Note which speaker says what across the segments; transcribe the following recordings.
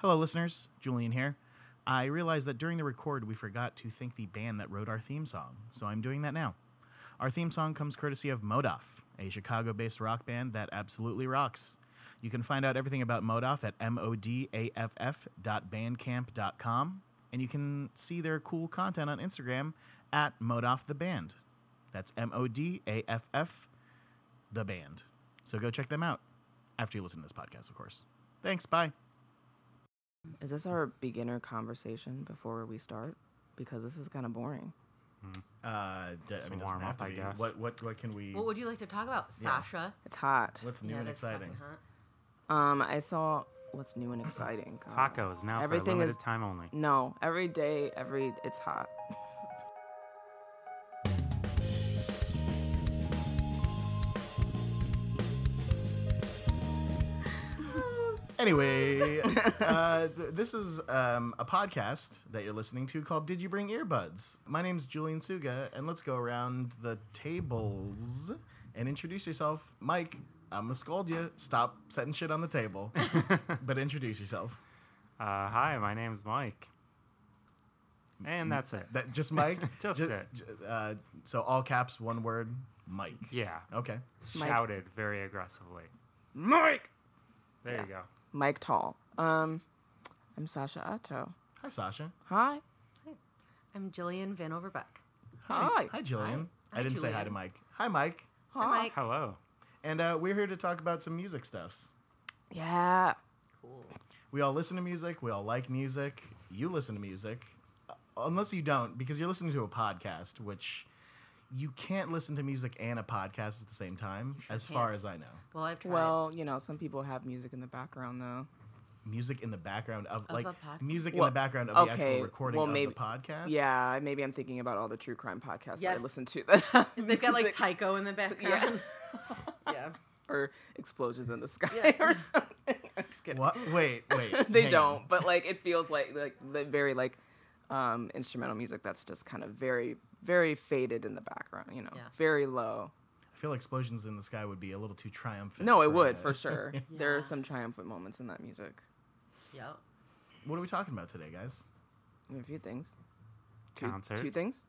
Speaker 1: Hello, listeners. Julian here. I realized that during the record, we forgot to thank the band that wrote our theme song, so I'm doing that now. Our theme song comes courtesy of Modoff, a Chicago based rock band that absolutely rocks. You can find out everything about Modoff at modaff.bandcamp.com, and you can see their cool content on Instagram at Modoff the Band. That's M O D A F F, the band. So go check them out after you listen to this podcast, of course. Thanks. Bye.
Speaker 2: Is this our beginner conversation before we start? Because this is kind of boring.
Speaker 1: Uh, d- I
Speaker 3: Some
Speaker 1: mean, doesn't
Speaker 3: warm
Speaker 1: have
Speaker 3: up,
Speaker 1: to
Speaker 3: I
Speaker 1: be.
Speaker 3: guess.
Speaker 1: What what what can we?
Speaker 4: What would you like to talk about,
Speaker 1: Yeah.
Speaker 4: Sasha?
Speaker 2: It's hot.
Speaker 1: what's new
Speaker 4: Yeah,
Speaker 1: and
Speaker 4: that's fucking
Speaker 1: exciting?
Speaker 4: hot.
Speaker 2: Um, I saw what's new and exciting. God.
Speaker 3: Tacos now for a
Speaker 2: Everything is-
Speaker 3: limited time only.
Speaker 2: No, every day, every it's hot.
Speaker 1: Anyway, uh, th- this is um, a podcast that you're listening to called "Did You Bring Earbuds?" My name's Julian Suga, and let's go around the tables and introduce yourself. Mike, I'm gonna scold you. Stop setting shit on the table, but introduce yourself.
Speaker 3: Uh, hi, my name's Mike. And that's it.
Speaker 1: Mm, That just Mike.
Speaker 3: Just
Speaker 1: Ju-
Speaker 3: it.
Speaker 1: ju- uh, so all caps, one word, Mike.
Speaker 3: Yeah.
Speaker 1: Okay.
Speaker 2: Mike-
Speaker 3: Shouted very aggressively. Mike! There you go.
Speaker 2: Mike Tall. Um, I'm Sasha Otto.
Speaker 1: Hi, Sasha.
Speaker 2: Hi.
Speaker 4: I'm Jillian Van Overbeck.
Speaker 2: Hi.
Speaker 1: Hi, Jillian.
Speaker 4: Hi.
Speaker 1: I didn't say hi
Speaker 4: Jillian.
Speaker 1: to Mike. Hi, Mike.
Speaker 4: Hi, Mike.
Speaker 3: Hello.
Speaker 1: And uh, we're here to talk about some music stuffs.
Speaker 2: Yeah.
Speaker 4: Cool.
Speaker 1: We all listen to music. We all like music. You listen to music, uh, unless you don't, because you're listening to a podcast, which you can't listen to music and a podcast at the same time,
Speaker 4: sure
Speaker 1: as far
Speaker 4: can't.
Speaker 1: as I know.
Speaker 4: Well, I've tried.
Speaker 2: Well, you know, some people have music in the background though.
Speaker 1: Music in the background of,
Speaker 4: Of
Speaker 1: like
Speaker 4: a podcast?
Speaker 1: music
Speaker 2: Well,
Speaker 1: in the background of the
Speaker 2: okay,
Speaker 1: actual recording
Speaker 2: well,
Speaker 1: of
Speaker 2: maybe-
Speaker 1: the podcast.
Speaker 2: Yeah, maybe I'm thinking about all the true crime podcasts that
Speaker 4: Yes.
Speaker 2: I listen to. that have
Speaker 4: they've got like
Speaker 2: music
Speaker 4: Tycho in the background. Yeah.
Speaker 2: or explosions in the sky
Speaker 4: Yeah.
Speaker 2: or something. I'm just kidding.
Speaker 1: What? Wait, wait.
Speaker 2: they
Speaker 1: hang on.
Speaker 2: don't, but like it feels like like the very like um instrumental music that's just kind of very very faded in the background, you know.
Speaker 4: Yeah.
Speaker 2: Very low.
Speaker 1: I feel like explosions in the sky would be a little too triumphant.
Speaker 2: No, it
Speaker 1: for,
Speaker 2: would
Speaker 1: uh,
Speaker 2: for sure. There
Speaker 4: Yeah.
Speaker 2: are some triumphant moments in that music.
Speaker 4: Yeah.
Speaker 1: what are we talking about today, guys?
Speaker 2: I mean, a few things. Two,
Speaker 3: Concert.
Speaker 2: two things.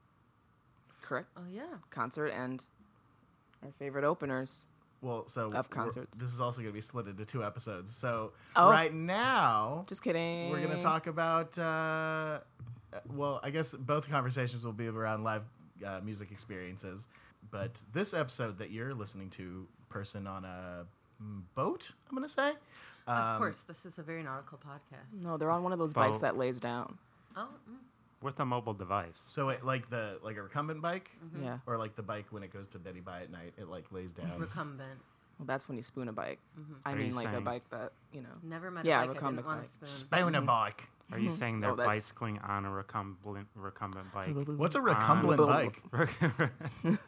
Speaker 2: Correct.
Speaker 4: Oh yeah.
Speaker 2: Concert and our favorite openers.
Speaker 1: Well, so
Speaker 2: Of
Speaker 1: we're-
Speaker 2: concerts.
Speaker 1: This is also going to be split into two episodes. So
Speaker 2: Oh.
Speaker 1: right now,
Speaker 2: Just kidding.
Speaker 1: we're going to talk about. Uh, uh, well, I guess both conversations will be around live uh, music experiences, but this episode that you're listening to, person on a mm, boat, I'm going to say.
Speaker 4: of
Speaker 1: Um,
Speaker 4: course, this is a very nautical podcast.
Speaker 2: No, they're on one of those bikes
Speaker 3: Boat.
Speaker 2: that lays down.
Speaker 4: Oh, mm,
Speaker 3: With a mobile device.
Speaker 1: So it, like the like a recumbent bike,
Speaker 4: Mhm.
Speaker 2: Yeah.
Speaker 1: or like the bike when it goes to Betty by at night, it like lays down.
Speaker 4: recumbent.
Speaker 2: Well, that's when you spoon a bike.
Speaker 4: Mhm.
Speaker 2: I
Speaker 3: Are
Speaker 2: mean,
Speaker 3: you
Speaker 2: like a
Speaker 3: saying-
Speaker 2: bike that you know.
Speaker 4: Never met
Speaker 2: Yeah,
Speaker 4: a bike I
Speaker 2: recumbent
Speaker 4: didn't want
Speaker 2: bike.
Speaker 4: to spoon.
Speaker 1: Spooner bike.
Speaker 3: Are you saying they're
Speaker 2: Oh, that-
Speaker 3: bicycling on a recumbent, recumbent bike?
Speaker 1: What's a recumbent
Speaker 3: Um,
Speaker 1: bike?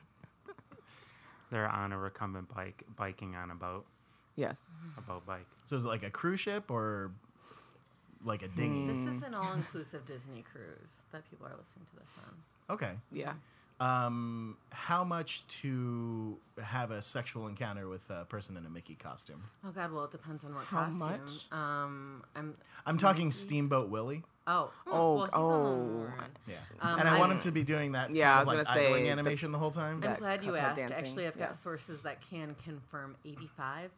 Speaker 3: they're on a recumbent bike, biking on a boat,
Speaker 2: Yes.
Speaker 3: a boat bike.
Speaker 1: So is it like a cruise ship or like a dinghy?
Speaker 2: Hmm.
Speaker 4: This is an all-inclusive Disney cruise that people are listening to this on.
Speaker 1: Okay.
Speaker 2: Yeah.
Speaker 1: Um, how much to have a sexual encounter with a person in a Mickey costume?
Speaker 4: Oh God, well it depends on what
Speaker 2: How
Speaker 4: costume.
Speaker 2: much?
Speaker 4: Um, I'm.
Speaker 1: I'm talking
Speaker 4: Mickey?
Speaker 1: Steamboat Willie.
Speaker 4: Oh. mm,
Speaker 2: Oh,
Speaker 4: Well, he's on
Speaker 2: oh.
Speaker 4: Warren.
Speaker 1: Yeah.
Speaker 4: Um,
Speaker 1: and I, want
Speaker 4: I-
Speaker 1: him to be doing that.
Speaker 2: Yeah, I
Speaker 1: kind of, like,
Speaker 2: was gonna
Speaker 1: idling
Speaker 2: say the-
Speaker 1: animation the whole time.
Speaker 2: that
Speaker 4: I'm glad you
Speaker 2: couple
Speaker 4: asked.
Speaker 2: dancing,
Speaker 4: Actually, I've got
Speaker 2: yeah.
Speaker 4: sources that can confirm 85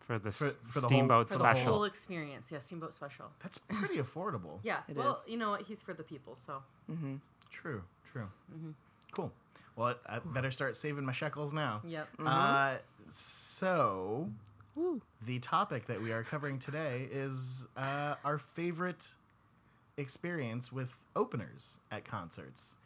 Speaker 3: For the, s-
Speaker 1: For- for the whole-
Speaker 3: steamboat
Speaker 1: for
Speaker 4: for
Speaker 1: the
Speaker 3: special.
Speaker 4: the whole experience. Yeah, Steamboat Special.
Speaker 1: That's pretty affordable.
Speaker 4: Yeah.
Speaker 2: It
Speaker 4: well,
Speaker 2: is.
Speaker 4: you know what? He's for the people, so
Speaker 2: Mm-hmm.
Speaker 1: True. True. Cool. Well, I I better start saving my shekels now.
Speaker 4: yep.
Speaker 1: Uh, so
Speaker 2: Woo.
Speaker 1: the topic that we are covering today is uh, our favorite experience with openers at concerts.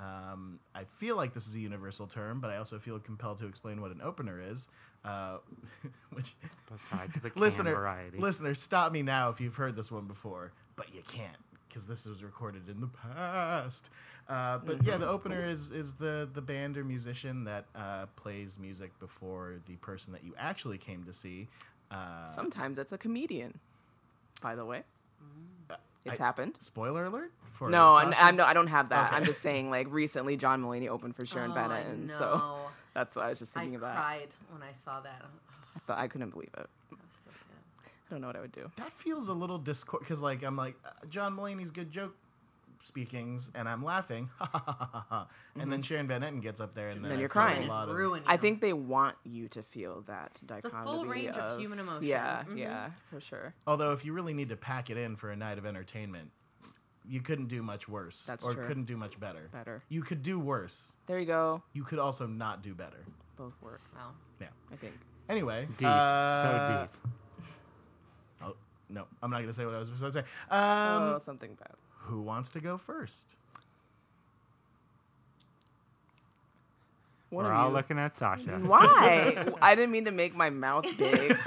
Speaker 1: Um, I feel like this is a universal term, but I also feel compelled to explain what an opener is. Uh, which
Speaker 3: Besides the can
Speaker 1: listener,
Speaker 3: variety.
Speaker 1: listener, stop me now if you've heard this one before, but you can't because this was recorded in the past. Uh, but yeah,
Speaker 2: Mm-hmm.
Speaker 1: the opener is is the the band or musician that uh, plays music before the person that you actually came to see. Uh,
Speaker 2: Sometimes it's a comedian. By the way,
Speaker 1: Uh,
Speaker 2: it's
Speaker 1: I-
Speaker 2: happened.
Speaker 1: Spoiler alert! For
Speaker 2: No, I'm,
Speaker 1: Sasha's-
Speaker 2: I'm no, I don't have that.
Speaker 1: Okay.
Speaker 2: I'm just saying, like recently, John Mulaney opened for Sharon
Speaker 4: oh,
Speaker 2: Van
Speaker 4: I
Speaker 2: Etten, so
Speaker 4: know.
Speaker 2: that's what I was just
Speaker 4: I
Speaker 2: thinking about.
Speaker 4: cried when I saw that. Oh,
Speaker 2: I thought I couldn't believe it.
Speaker 4: that was so sad.
Speaker 2: I don't know what I would do.
Speaker 1: that feels a little discord because like i'm like uh, john mulaney's good joke speakings and i'm laughing and then sharon van etten gets up there and
Speaker 2: Then
Speaker 1: then, I
Speaker 2: Mm-hmm. you're
Speaker 1: feel
Speaker 2: crying.
Speaker 1: a lot of,
Speaker 4: Ruin
Speaker 2: I
Speaker 4: you.
Speaker 2: think they want you to feel that dichotomy
Speaker 4: range of human emotion.
Speaker 2: Yeah,
Speaker 4: Mhm.
Speaker 2: yeah, for sure.
Speaker 1: although if you really need to pack it in for a night of entertainment you couldn't do much worse
Speaker 2: That's
Speaker 1: or
Speaker 2: true.
Speaker 1: couldn't do much better
Speaker 2: Better.
Speaker 1: you could do worse
Speaker 2: There you go.
Speaker 1: you could also not do better
Speaker 2: Both work,
Speaker 4: Well,
Speaker 2: I think.
Speaker 1: anyway
Speaker 3: Deep.
Speaker 1: uh,
Speaker 3: so deep.
Speaker 1: oh no i'm not gonna say what i was supposed to say
Speaker 2: oh,
Speaker 1: um,
Speaker 2: something bad.
Speaker 1: who wants to go first
Speaker 2: One
Speaker 3: We're
Speaker 2: of
Speaker 3: all
Speaker 2: you.
Speaker 3: looking at Sasha.
Speaker 2: Why? I didn't mean to make my mouth big. like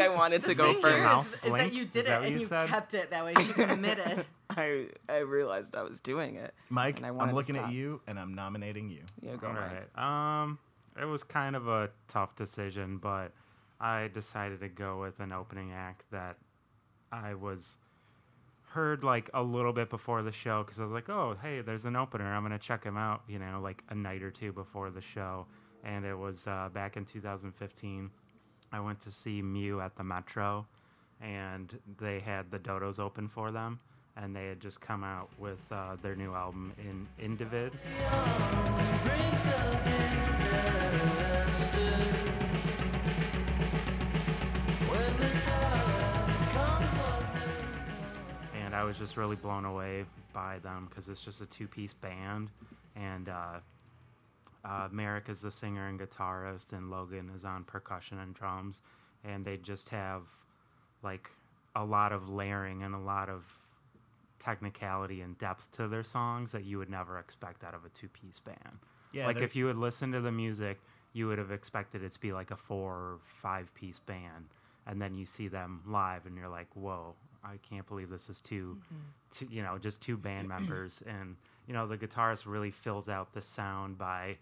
Speaker 2: I wanted to go
Speaker 4: thing
Speaker 3: your
Speaker 4: here
Speaker 2: first.
Speaker 3: mouth
Speaker 4: is- is that
Speaker 3: blink?
Speaker 4: you
Speaker 3: Is
Speaker 4: did
Speaker 3: that
Speaker 4: it
Speaker 3: what
Speaker 4: and
Speaker 3: you
Speaker 4: you
Speaker 3: said?
Speaker 4: kept it that way. You committed.
Speaker 2: I I realized I was doing it.
Speaker 1: mike
Speaker 2: And I wanted
Speaker 1: i'm
Speaker 2: to
Speaker 1: looking at
Speaker 2: stop.
Speaker 1: you and i'm nominating you
Speaker 2: Yeah, go
Speaker 3: All
Speaker 2: Mike.
Speaker 3: right. Um, it was kind of a tough decision, but I decided to go with an opening act that I was heard like a little bit before the show because I was like, oh, hey, there's an opener. I'm gonna check him out. You know, like a night or two before the show, and it was uh, back in 2015. I went to see Mew at the Metro, and they had the Dodos open for them, and they had just come out with uh, their new album in Individ. and I was just really blown away by them because it's just a two-piece band, and uh, uh, Merrick is the singer and guitarist, and Logan is on percussion and drums, and they just have like a lot of layering and a lot of technicality and depth to their songs that you would never expect out of a two-piece band.
Speaker 1: yeah
Speaker 3: like
Speaker 1: they're-
Speaker 3: if you had listened to the music, you would have expected it to be like a four or five piece band, and then you see them live, and you're like, "Whoa, I can't believe this is 2 two, you know, just two band members." And you know, the guitarist really fills out the sound by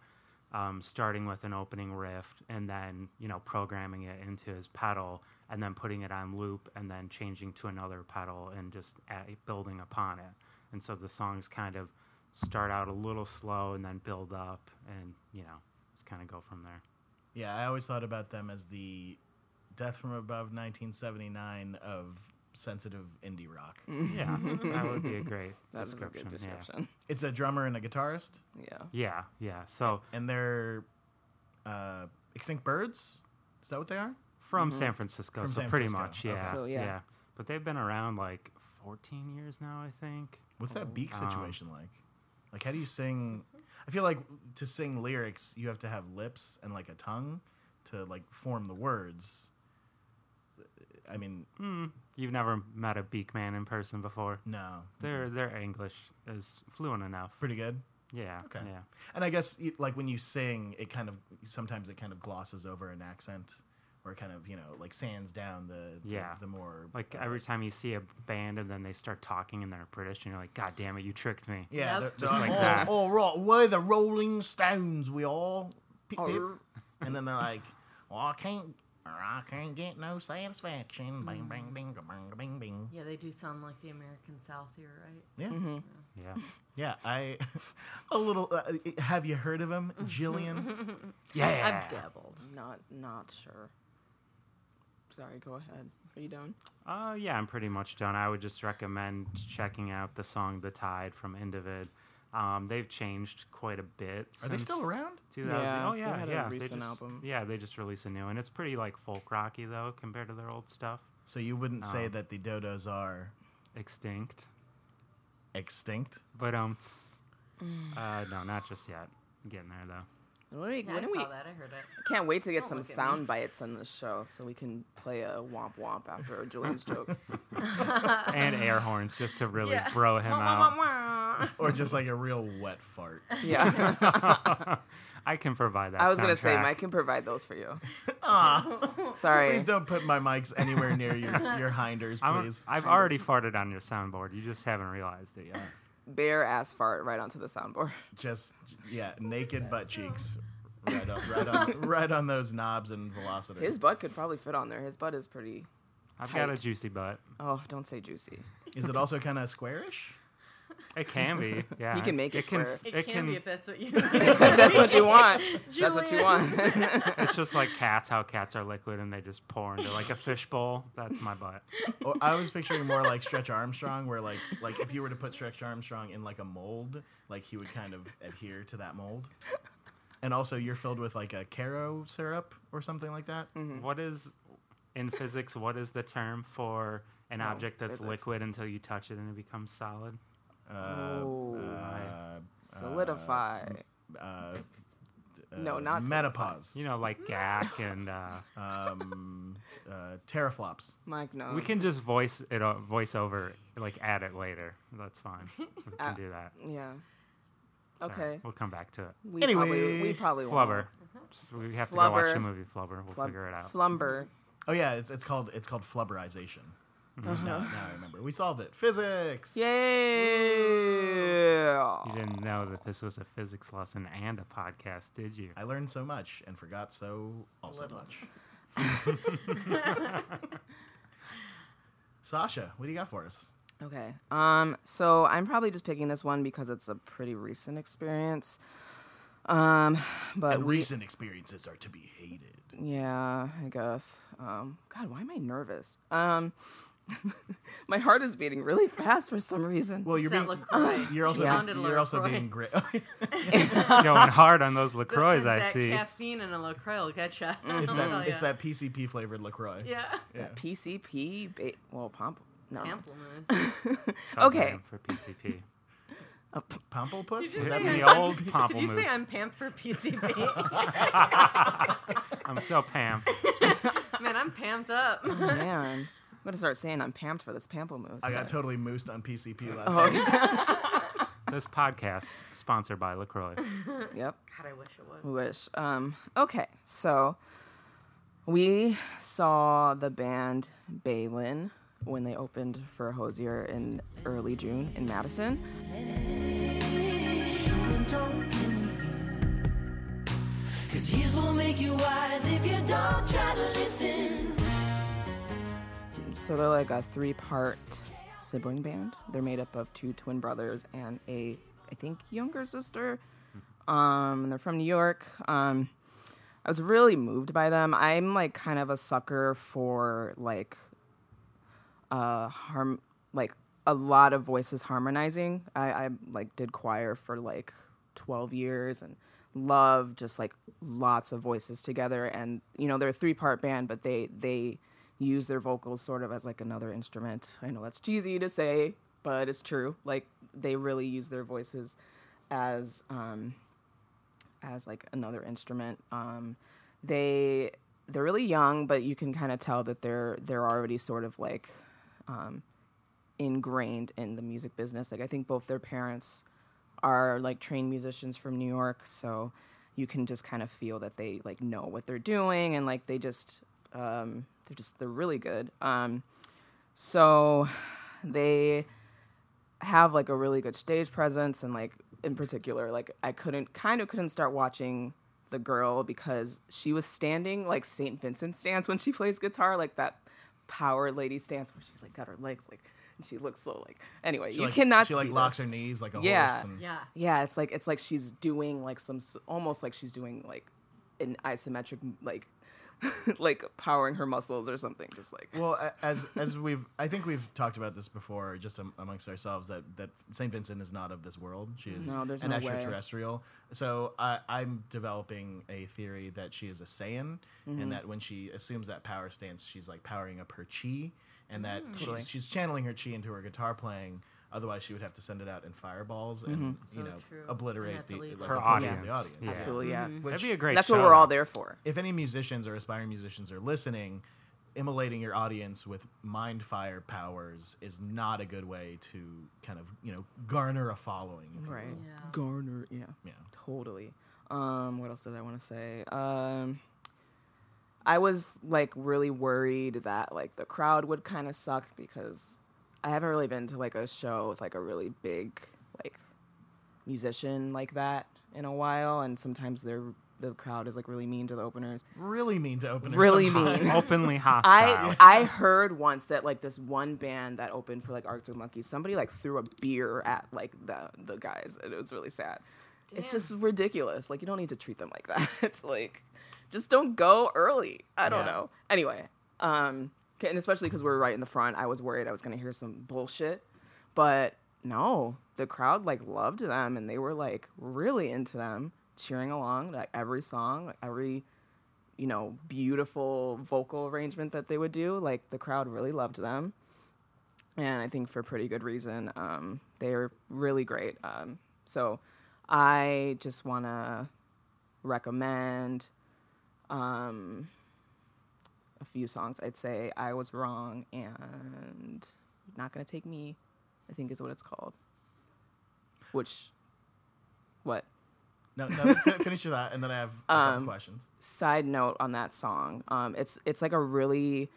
Speaker 3: um, starting with an opening riff, and then you know, programming it into his pedal, and then putting it on loop, and then changing to another pedal, and just a building upon it. And so the songs kind of start out a little slow and then build up and you know just kind of go from there
Speaker 1: Yeah, I always thought about them as the Death from Above 1979 of sensitive indie rock.
Speaker 2: Mm-hmm.
Speaker 3: yeah that would be a great
Speaker 2: That was a
Speaker 3: description,
Speaker 2: good description.
Speaker 1: It's a drummer and a guitarist,
Speaker 2: Yeah.
Speaker 3: Yeah. yeah yeah so
Speaker 1: and they're uh, extinct birds. Is that what they are?
Speaker 3: from san francisco
Speaker 1: From
Speaker 3: so
Speaker 1: San
Speaker 3: pretty much
Speaker 1: Francisco,
Speaker 3: yeah,
Speaker 1: okay.
Speaker 2: Mm-hmm. So, yeah.
Speaker 3: but they've been around like 14 years now i think
Speaker 1: What's that beak
Speaker 3: Um,
Speaker 1: situation like? Like, how do you sing? I feel like to sing lyrics, you have to have lips and like a tongue to like form the words. I mean,
Speaker 3: Hmm. you've never met a beak man in person before
Speaker 1: no,
Speaker 3: their their english is fluent enough
Speaker 1: Mm-hmm. pretty good.
Speaker 3: yeah
Speaker 1: Okay.
Speaker 3: yeah
Speaker 1: And I guess y- like when you sing, it kind of sometimes it kind of glosses over an accent, or it kind of you know like sands down the the,
Speaker 3: Yeah.
Speaker 1: the more
Speaker 3: like
Speaker 1: uh,
Speaker 3: every time you see a band and then they start talking and they're british and you're like god damn it you tricked me
Speaker 1: yeah
Speaker 4: Yep.
Speaker 1: they're-
Speaker 3: Just
Speaker 1: they're
Speaker 3: like
Speaker 1: all,
Speaker 3: that.
Speaker 1: all Oh, right we're the Rolling Stones we all peep, peep."
Speaker 2: Arr.
Speaker 1: and then they're like well I can't or I can't get no satisfaction bang bang bing bang bing bing
Speaker 4: Yeah, they do sound like the American South. You're right.
Speaker 1: yeah
Speaker 2: Mm-hmm.
Speaker 1: yeah
Speaker 3: yeah
Speaker 1: I a little uh, have you heard of him Jillian
Speaker 3: yeah
Speaker 4: I've dabbled.
Speaker 2: Not not sure. Sorry, go ahead. Are you done?
Speaker 3: Uh, yeah, I'm pretty much done. I would just recommend checking out the song "The Tide" from Individ. Um, they've changed quite a bit.
Speaker 1: are they still
Speaker 3: since
Speaker 1: around
Speaker 3: 2000.
Speaker 2: Yeah,
Speaker 3: oh
Speaker 2: they
Speaker 3: yeah,
Speaker 2: had a
Speaker 3: yeah.
Speaker 2: recent
Speaker 3: just,
Speaker 2: album.
Speaker 3: Yeah, they just released a new, and it's pretty like folk rocky though compared to their old stuff.
Speaker 1: so you wouldn't say
Speaker 3: Um,
Speaker 1: that the dodos are
Speaker 3: Extinct,
Speaker 1: extinct
Speaker 3: but um, tss. uh, no, not just yet. Getting there though.
Speaker 2: What are we,
Speaker 4: Yeah, I
Speaker 2: when
Speaker 4: saw
Speaker 2: are we
Speaker 4: that. I heard it.
Speaker 2: can't wait to get
Speaker 4: Don't
Speaker 2: some
Speaker 4: look at me.
Speaker 2: sound bites on the show so we can play a womp womp after Julian's jokes.
Speaker 3: and air horns just to really
Speaker 4: Yeah.
Speaker 3: bro him out.
Speaker 1: or just like a real wet fart.
Speaker 2: Yeah.
Speaker 3: I can provide that.
Speaker 2: I was gonna say
Speaker 3: soundtrack.
Speaker 2: Mike can provide those for you.
Speaker 1: Ah,
Speaker 2: Sorry.
Speaker 1: please don't put my mics anywhere near your, your hinders,
Speaker 3: I'm-
Speaker 1: please.
Speaker 3: I've already farted on your soundboard. You just haven't realized it yet.
Speaker 2: Bare ass fart right onto the soundboard.
Speaker 1: Just yeah, naked butt cheeks, right on, right on, right on those knobs and velocitors.
Speaker 2: His butt could probably fit on there. His butt is pretty
Speaker 3: I've got a
Speaker 2: tight.
Speaker 3: juicy butt.
Speaker 2: Oh, don't say juicy.
Speaker 1: Is it also kind of squarish?
Speaker 3: It can be. Yeah.
Speaker 2: You can make it square.
Speaker 4: It,
Speaker 3: it
Speaker 4: can,
Speaker 3: can-
Speaker 4: be if that's what you.
Speaker 2: That's what you want. That's what you
Speaker 4: Julian.
Speaker 2: want.
Speaker 3: It's just like cats, how cats are liquid and they just pour into like a fishbowl. That's my butt.
Speaker 1: Or I was picturing more like Stretch Armstrong, where like like if you were to put Stretch Armstrong in like a mold, like he would kind of adhere to that mold. And also, you're filled with like a caro syrup or something like that.
Speaker 2: Mhm.
Speaker 3: What is in physics? What is the term for an
Speaker 2: No,
Speaker 3: object that's
Speaker 2: Oh, physics.
Speaker 3: liquid until you touch it and it becomes solid?
Speaker 1: Uh,
Speaker 2: Oh.
Speaker 1: uh,
Speaker 2: Solidify.
Speaker 1: uh, d- uh,
Speaker 2: No, not
Speaker 1: menopause.
Speaker 3: You know, like GAC and uh,
Speaker 1: um, uh, teraflops.
Speaker 2: Mike knows.
Speaker 3: we can just voice it, o- voice over, like add it later. That's fine. We
Speaker 2: Uh,
Speaker 3: can do that.
Speaker 2: Yeah.
Speaker 3: Sorry.
Speaker 2: Okay.
Speaker 3: we'll come back to it.
Speaker 2: We probably
Speaker 1: Anyway.
Speaker 2: we probably won't.
Speaker 3: Flubber. Just- we have to go watch
Speaker 2: Flubber.
Speaker 3: the movie Flubber. We'll
Speaker 2: Flub-
Speaker 3: figure it out.
Speaker 2: Flumber.
Speaker 1: Oh yeah, it's, it's called it's called flubberization.
Speaker 4: Mm-hmm.
Speaker 3: Mhm.
Speaker 1: Now,
Speaker 4: Uh-huh.
Speaker 1: now I remember. We solved it. Physics.
Speaker 2: Yeah.
Speaker 3: You didn't know that this was a physics lesson and a podcast, did you?
Speaker 1: I learned so much and forgot so also
Speaker 4: Little.
Speaker 1: much. Sasha, what do you got for us?
Speaker 2: Okay. Um, so I'm probably just picking this one because it's a pretty recent experience. Um, but
Speaker 1: and
Speaker 2: we-
Speaker 1: recent experiences are to be hated.
Speaker 2: yeah, I guess. Um, God, why am I nervous? Um, my heart is beating really fast for some reason.
Speaker 1: Well, you're being
Speaker 4: that LaCroix?
Speaker 1: you're also
Speaker 2: She
Speaker 1: being-
Speaker 4: sounded
Speaker 1: you're also
Speaker 4: LaCroix.
Speaker 1: being great.
Speaker 3: Going hard on those
Speaker 4: The-
Speaker 3: LaCroix, I
Speaker 4: that
Speaker 3: see.
Speaker 4: caffeine in a LaCroix will get you.
Speaker 1: Mm, it's that it's that PCP flavored Lacroix.
Speaker 4: Oh, Yeah.
Speaker 2: Uh, PCP, ba- well, pomp. No.
Speaker 4: Compliments.
Speaker 3: Code
Speaker 2: okay.
Speaker 3: name For PCP.
Speaker 1: Pomplepuss?
Speaker 4: Did you
Speaker 1: Would
Speaker 4: say
Speaker 1: that
Speaker 3: be
Speaker 1: be
Speaker 4: I'm-
Speaker 1: all?
Speaker 3: old
Speaker 4: Did you say
Speaker 3: Pomplamoose.
Speaker 4: I'm pamp for PCP?
Speaker 3: I'm so Pam.
Speaker 4: Man, I'm pamped up.
Speaker 2: Oh, Man, I'm gonna start saying I'm pamped for this pamplemousse.
Speaker 1: I got totally moosed on PCP last
Speaker 2: Oh,
Speaker 1: night.
Speaker 3: This podcast sponsored by LaCroix.
Speaker 2: yep.
Speaker 4: God, I wish it was.
Speaker 2: Wish. Um, okay, so we saw the band Balin when they opened for Hosier in early June in Madison.
Speaker 5: Cause years won't make you wise if you don't try to listen.
Speaker 2: So they're like a three-part sibling band. They're made up of two twin brothers and a, I think, younger sister.
Speaker 1: Hmm.
Speaker 2: Um, and they're from New York. Um, I was really moved by them. I'm like kind of a sucker for like uh harm like a lot of voices harmonizing. I, I like did choir for like twelve years and love just like lots of voices together and you know they're a three part band but they they use their vocals sort of as like another instrument. I know that's cheesy to say, but it's true. Like they really use their voices as um as like another instrument. Um, they they're really young, but you can kind of tell that they're they're already sort of like um, ingrained in the music business. Like I think both their parents are like trained musicians from New York, so you can just kind of feel that they like know what they're doing and like they just um, they're just they're really good. Um, so they have like a really good stage presence and like in particular like i couldn't kind of couldn't start watching the girl because she was standing like saint vincent stance when she plays guitar like that power lady stance where she's like got her legs like and she looks so like anyway
Speaker 1: She,
Speaker 2: you
Speaker 1: like-
Speaker 2: cannot
Speaker 1: She like
Speaker 2: see
Speaker 1: locks
Speaker 2: this.
Speaker 1: her knees like a
Speaker 2: Yeah.
Speaker 1: horse. And,
Speaker 4: Yeah.
Speaker 2: Yeah, it's like it's like she's doing like some s- almost like she's doing like an isometric like like powering her muscles or something just like
Speaker 1: Well, a- as as we've, I think we've talked about this before, just am- amongst ourselves, that that Saint Vincent is not of this world. She is
Speaker 2: No, there's
Speaker 1: an
Speaker 2: no way.
Speaker 1: extraterrestrial. So I, I'm developing a theory that she is a Saiyan,
Speaker 2: Mm-hmm.
Speaker 1: and that when she assumes that power stance, she's like powering up her chi, and that
Speaker 2: Mm.
Speaker 1: she's, she's channeling her chi into her guitar playing. Otherwise, she would have to send it out in fireballs and
Speaker 2: Mm-hmm.
Speaker 1: you
Speaker 4: So
Speaker 1: know
Speaker 4: true. And
Speaker 1: obliterate
Speaker 4: that's
Speaker 1: the,
Speaker 4: illegal.
Speaker 1: like,
Speaker 3: Her
Speaker 1: the function of
Speaker 3: audience.
Speaker 1: the audience.
Speaker 3: Yeah.
Speaker 2: absolutely yeah
Speaker 1: Which-
Speaker 3: That'd be a great
Speaker 2: that's
Speaker 3: show.
Speaker 2: what we're all
Speaker 3: though.
Speaker 2: there for
Speaker 1: if any musicians or aspiring musicians are listening, immolating your audience with mind fire powers is not a good way to kind of you know garner a following. if you will.
Speaker 2: right
Speaker 4: Yeah.
Speaker 2: garner yeah
Speaker 1: Yeah.
Speaker 2: Totally. Um, what else did I want to say? Um, I was like really worried that like the crowd would kind of suck because I haven't really been to like a show with like a really big like musician like that in a while, and sometimes they're the crowd is like really mean to the openers.
Speaker 1: Really mean to open.
Speaker 2: Really
Speaker 1: sometimes.
Speaker 2: mean.
Speaker 3: openly hostile.
Speaker 2: I I heard once that like this one band that opened for like Arctic Monkeys, somebody like threw a beer at like the the guys, and it was really sad. It's
Speaker 4: Damn.
Speaker 2: just ridiculous. Like you don't need to treat them like that. It's like just don't go early. I don't
Speaker 1: Yeah.
Speaker 2: know. Anyway, um, 'kay, and especially because we we're right in the front, I was worried I was gonna hear some bullshit, but no, the crowd like loved them and they were like really into them, cheering along like every song, like, every you know, beautiful vocal arrangement that they would do. Like the crowd really loved them, and I think for pretty good reason. Um, they are really great. Um, so I just want to recommend um, a few songs. I'd say "I Was Wrong" and "Not Gonna Take Me," I think is what it's called. Which, what?
Speaker 1: No, no. fin- finish your that, and then I have a couple
Speaker 2: Um,
Speaker 1: questions.
Speaker 2: side note on that song. Um, it's it's like a really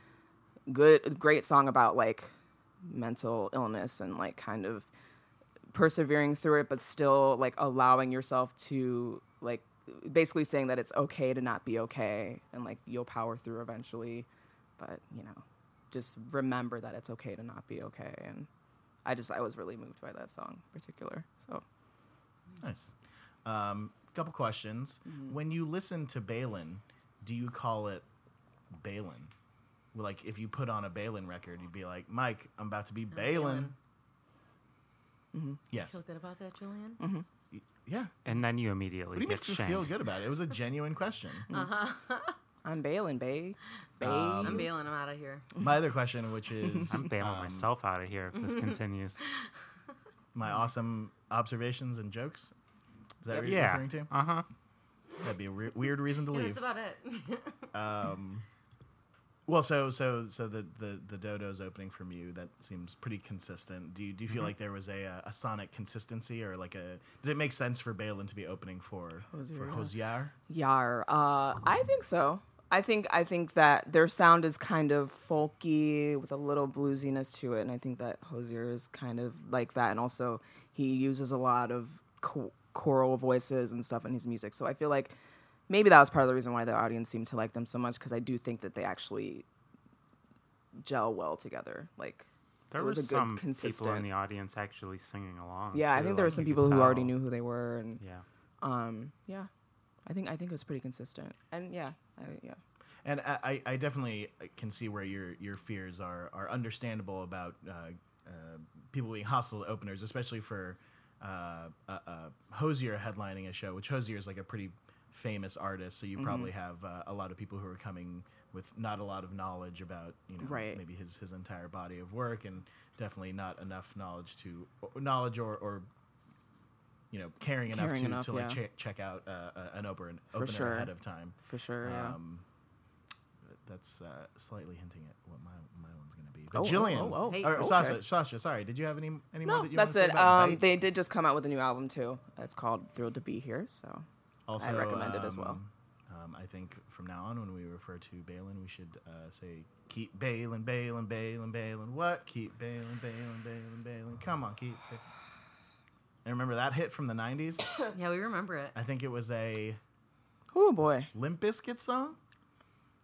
Speaker 2: good, great song about like mental illness and like kind of persevering through it, but still like allowing yourself to like basically saying that it's okay to not be okay and like you'll power through eventually. But you know, just remember that it's okay to not be okay. And I just I was really moved by that song in particular. So
Speaker 1: Nice. Um, couple questions.
Speaker 2: Mm-hmm.
Speaker 1: When you listen to Balin, do you call it Balin? Like, if you put on a Balin record, you'd be like, Mike, I'm about to be Balin.
Speaker 4: Balin.
Speaker 1: Yes.
Speaker 2: Mm-hmm.
Speaker 4: Feel good about that, Julian?
Speaker 1: Y- Yeah.
Speaker 3: and then you immediately
Speaker 1: What do you mean
Speaker 3: get
Speaker 1: you
Speaker 3: shanked.
Speaker 1: feel good about it? It was a genuine question.
Speaker 2: I'm bailing, babe. Babe.
Speaker 1: Um,
Speaker 4: I'm bailing him out of here.
Speaker 1: My other question, which is
Speaker 3: I'm bailing
Speaker 1: um,
Speaker 3: myself out of here if this continues.
Speaker 1: my awesome observations and jokes. Is that what you're
Speaker 3: Yeah.
Speaker 1: referring to?
Speaker 3: Uh huh.
Speaker 1: That'd be a re- weird reason to
Speaker 4: Yeah,
Speaker 1: leave.
Speaker 4: that's about it.
Speaker 1: Um, well, so so so the, the the Dodo's opening from you that seems pretty consistent. Do you do you
Speaker 3: Mm-hmm.
Speaker 1: feel like there was a, uh, a sonic consistency or like a did it make sense for Balin to be opening for for
Speaker 2: Hosier.
Speaker 1: Hosier?
Speaker 2: Yar. Uh, I think so. I think I think that their sound is kind of folky with a little bluesiness to it, and I think that Hosier is kind of like that. And also, he uses a lot of cho- choral voices and stuff in his music. So I feel like maybe that was part of the reason why the audience seemed to like them so much because I do think that they actually gel well together. Like
Speaker 3: There
Speaker 2: it was,
Speaker 3: were
Speaker 2: a good
Speaker 3: some
Speaker 2: consistent.
Speaker 3: people in the audience actually singing along.
Speaker 2: yeah, I
Speaker 3: too,
Speaker 2: think there were
Speaker 3: like,
Speaker 2: some
Speaker 3: you could
Speaker 2: people who already
Speaker 3: tell.
Speaker 2: knew who they were, and
Speaker 3: Yeah.
Speaker 2: um, yeah, I think I think it was pretty consistent. And yeah, I, yeah.
Speaker 1: And I, I I definitely can see where your your fears are are understandable about uh, uh, people being hostile to openers, especially for uh, uh, uh, Hosier headlining a show, which Hosier is like a pretty famous artist, so you
Speaker 2: Mm-hmm.
Speaker 1: probably have uh, a lot of people who are coming with not a lot of knowledge about you know
Speaker 2: Right.
Speaker 1: maybe his his entire body of work, and definitely not enough knowledge to or knowledge or. or you know, caring enough
Speaker 2: Caring
Speaker 1: to,
Speaker 2: enough,
Speaker 1: to like
Speaker 2: yeah.
Speaker 1: che- check out uh, uh, an open,
Speaker 2: For
Speaker 1: opener
Speaker 2: sure.
Speaker 1: ahead of time.
Speaker 2: For sure, yeah.
Speaker 1: Um, th- that's uh, slightly hinting at what my my one's gonna be.
Speaker 2: Oh,
Speaker 1: But
Speaker 2: oh,
Speaker 1: Jillian,
Speaker 2: oh, oh. Hey,
Speaker 1: or
Speaker 2: okay.
Speaker 1: Sasha, Sasha, sorry, did you have any any more
Speaker 2: no,
Speaker 1: that you wanna
Speaker 2: that's
Speaker 1: say
Speaker 2: it.
Speaker 1: about
Speaker 2: Um,
Speaker 1: Bite?
Speaker 2: they did just come out with a new album too. It's called Thrilled to Be Here. So
Speaker 1: also,
Speaker 2: recommend it as well.
Speaker 1: um, Um, I think from now on, when we refer to Balin, we should uh, say keep Balin, Balin, Balin, Balin. What? Keep Balin, Balin, Balin, Balin. Come on, keep. Balin. And remember that hit from the '90s.
Speaker 4: yeah, we remember it.
Speaker 1: I think it was a
Speaker 2: oh boy,
Speaker 1: Limp Bizkit song.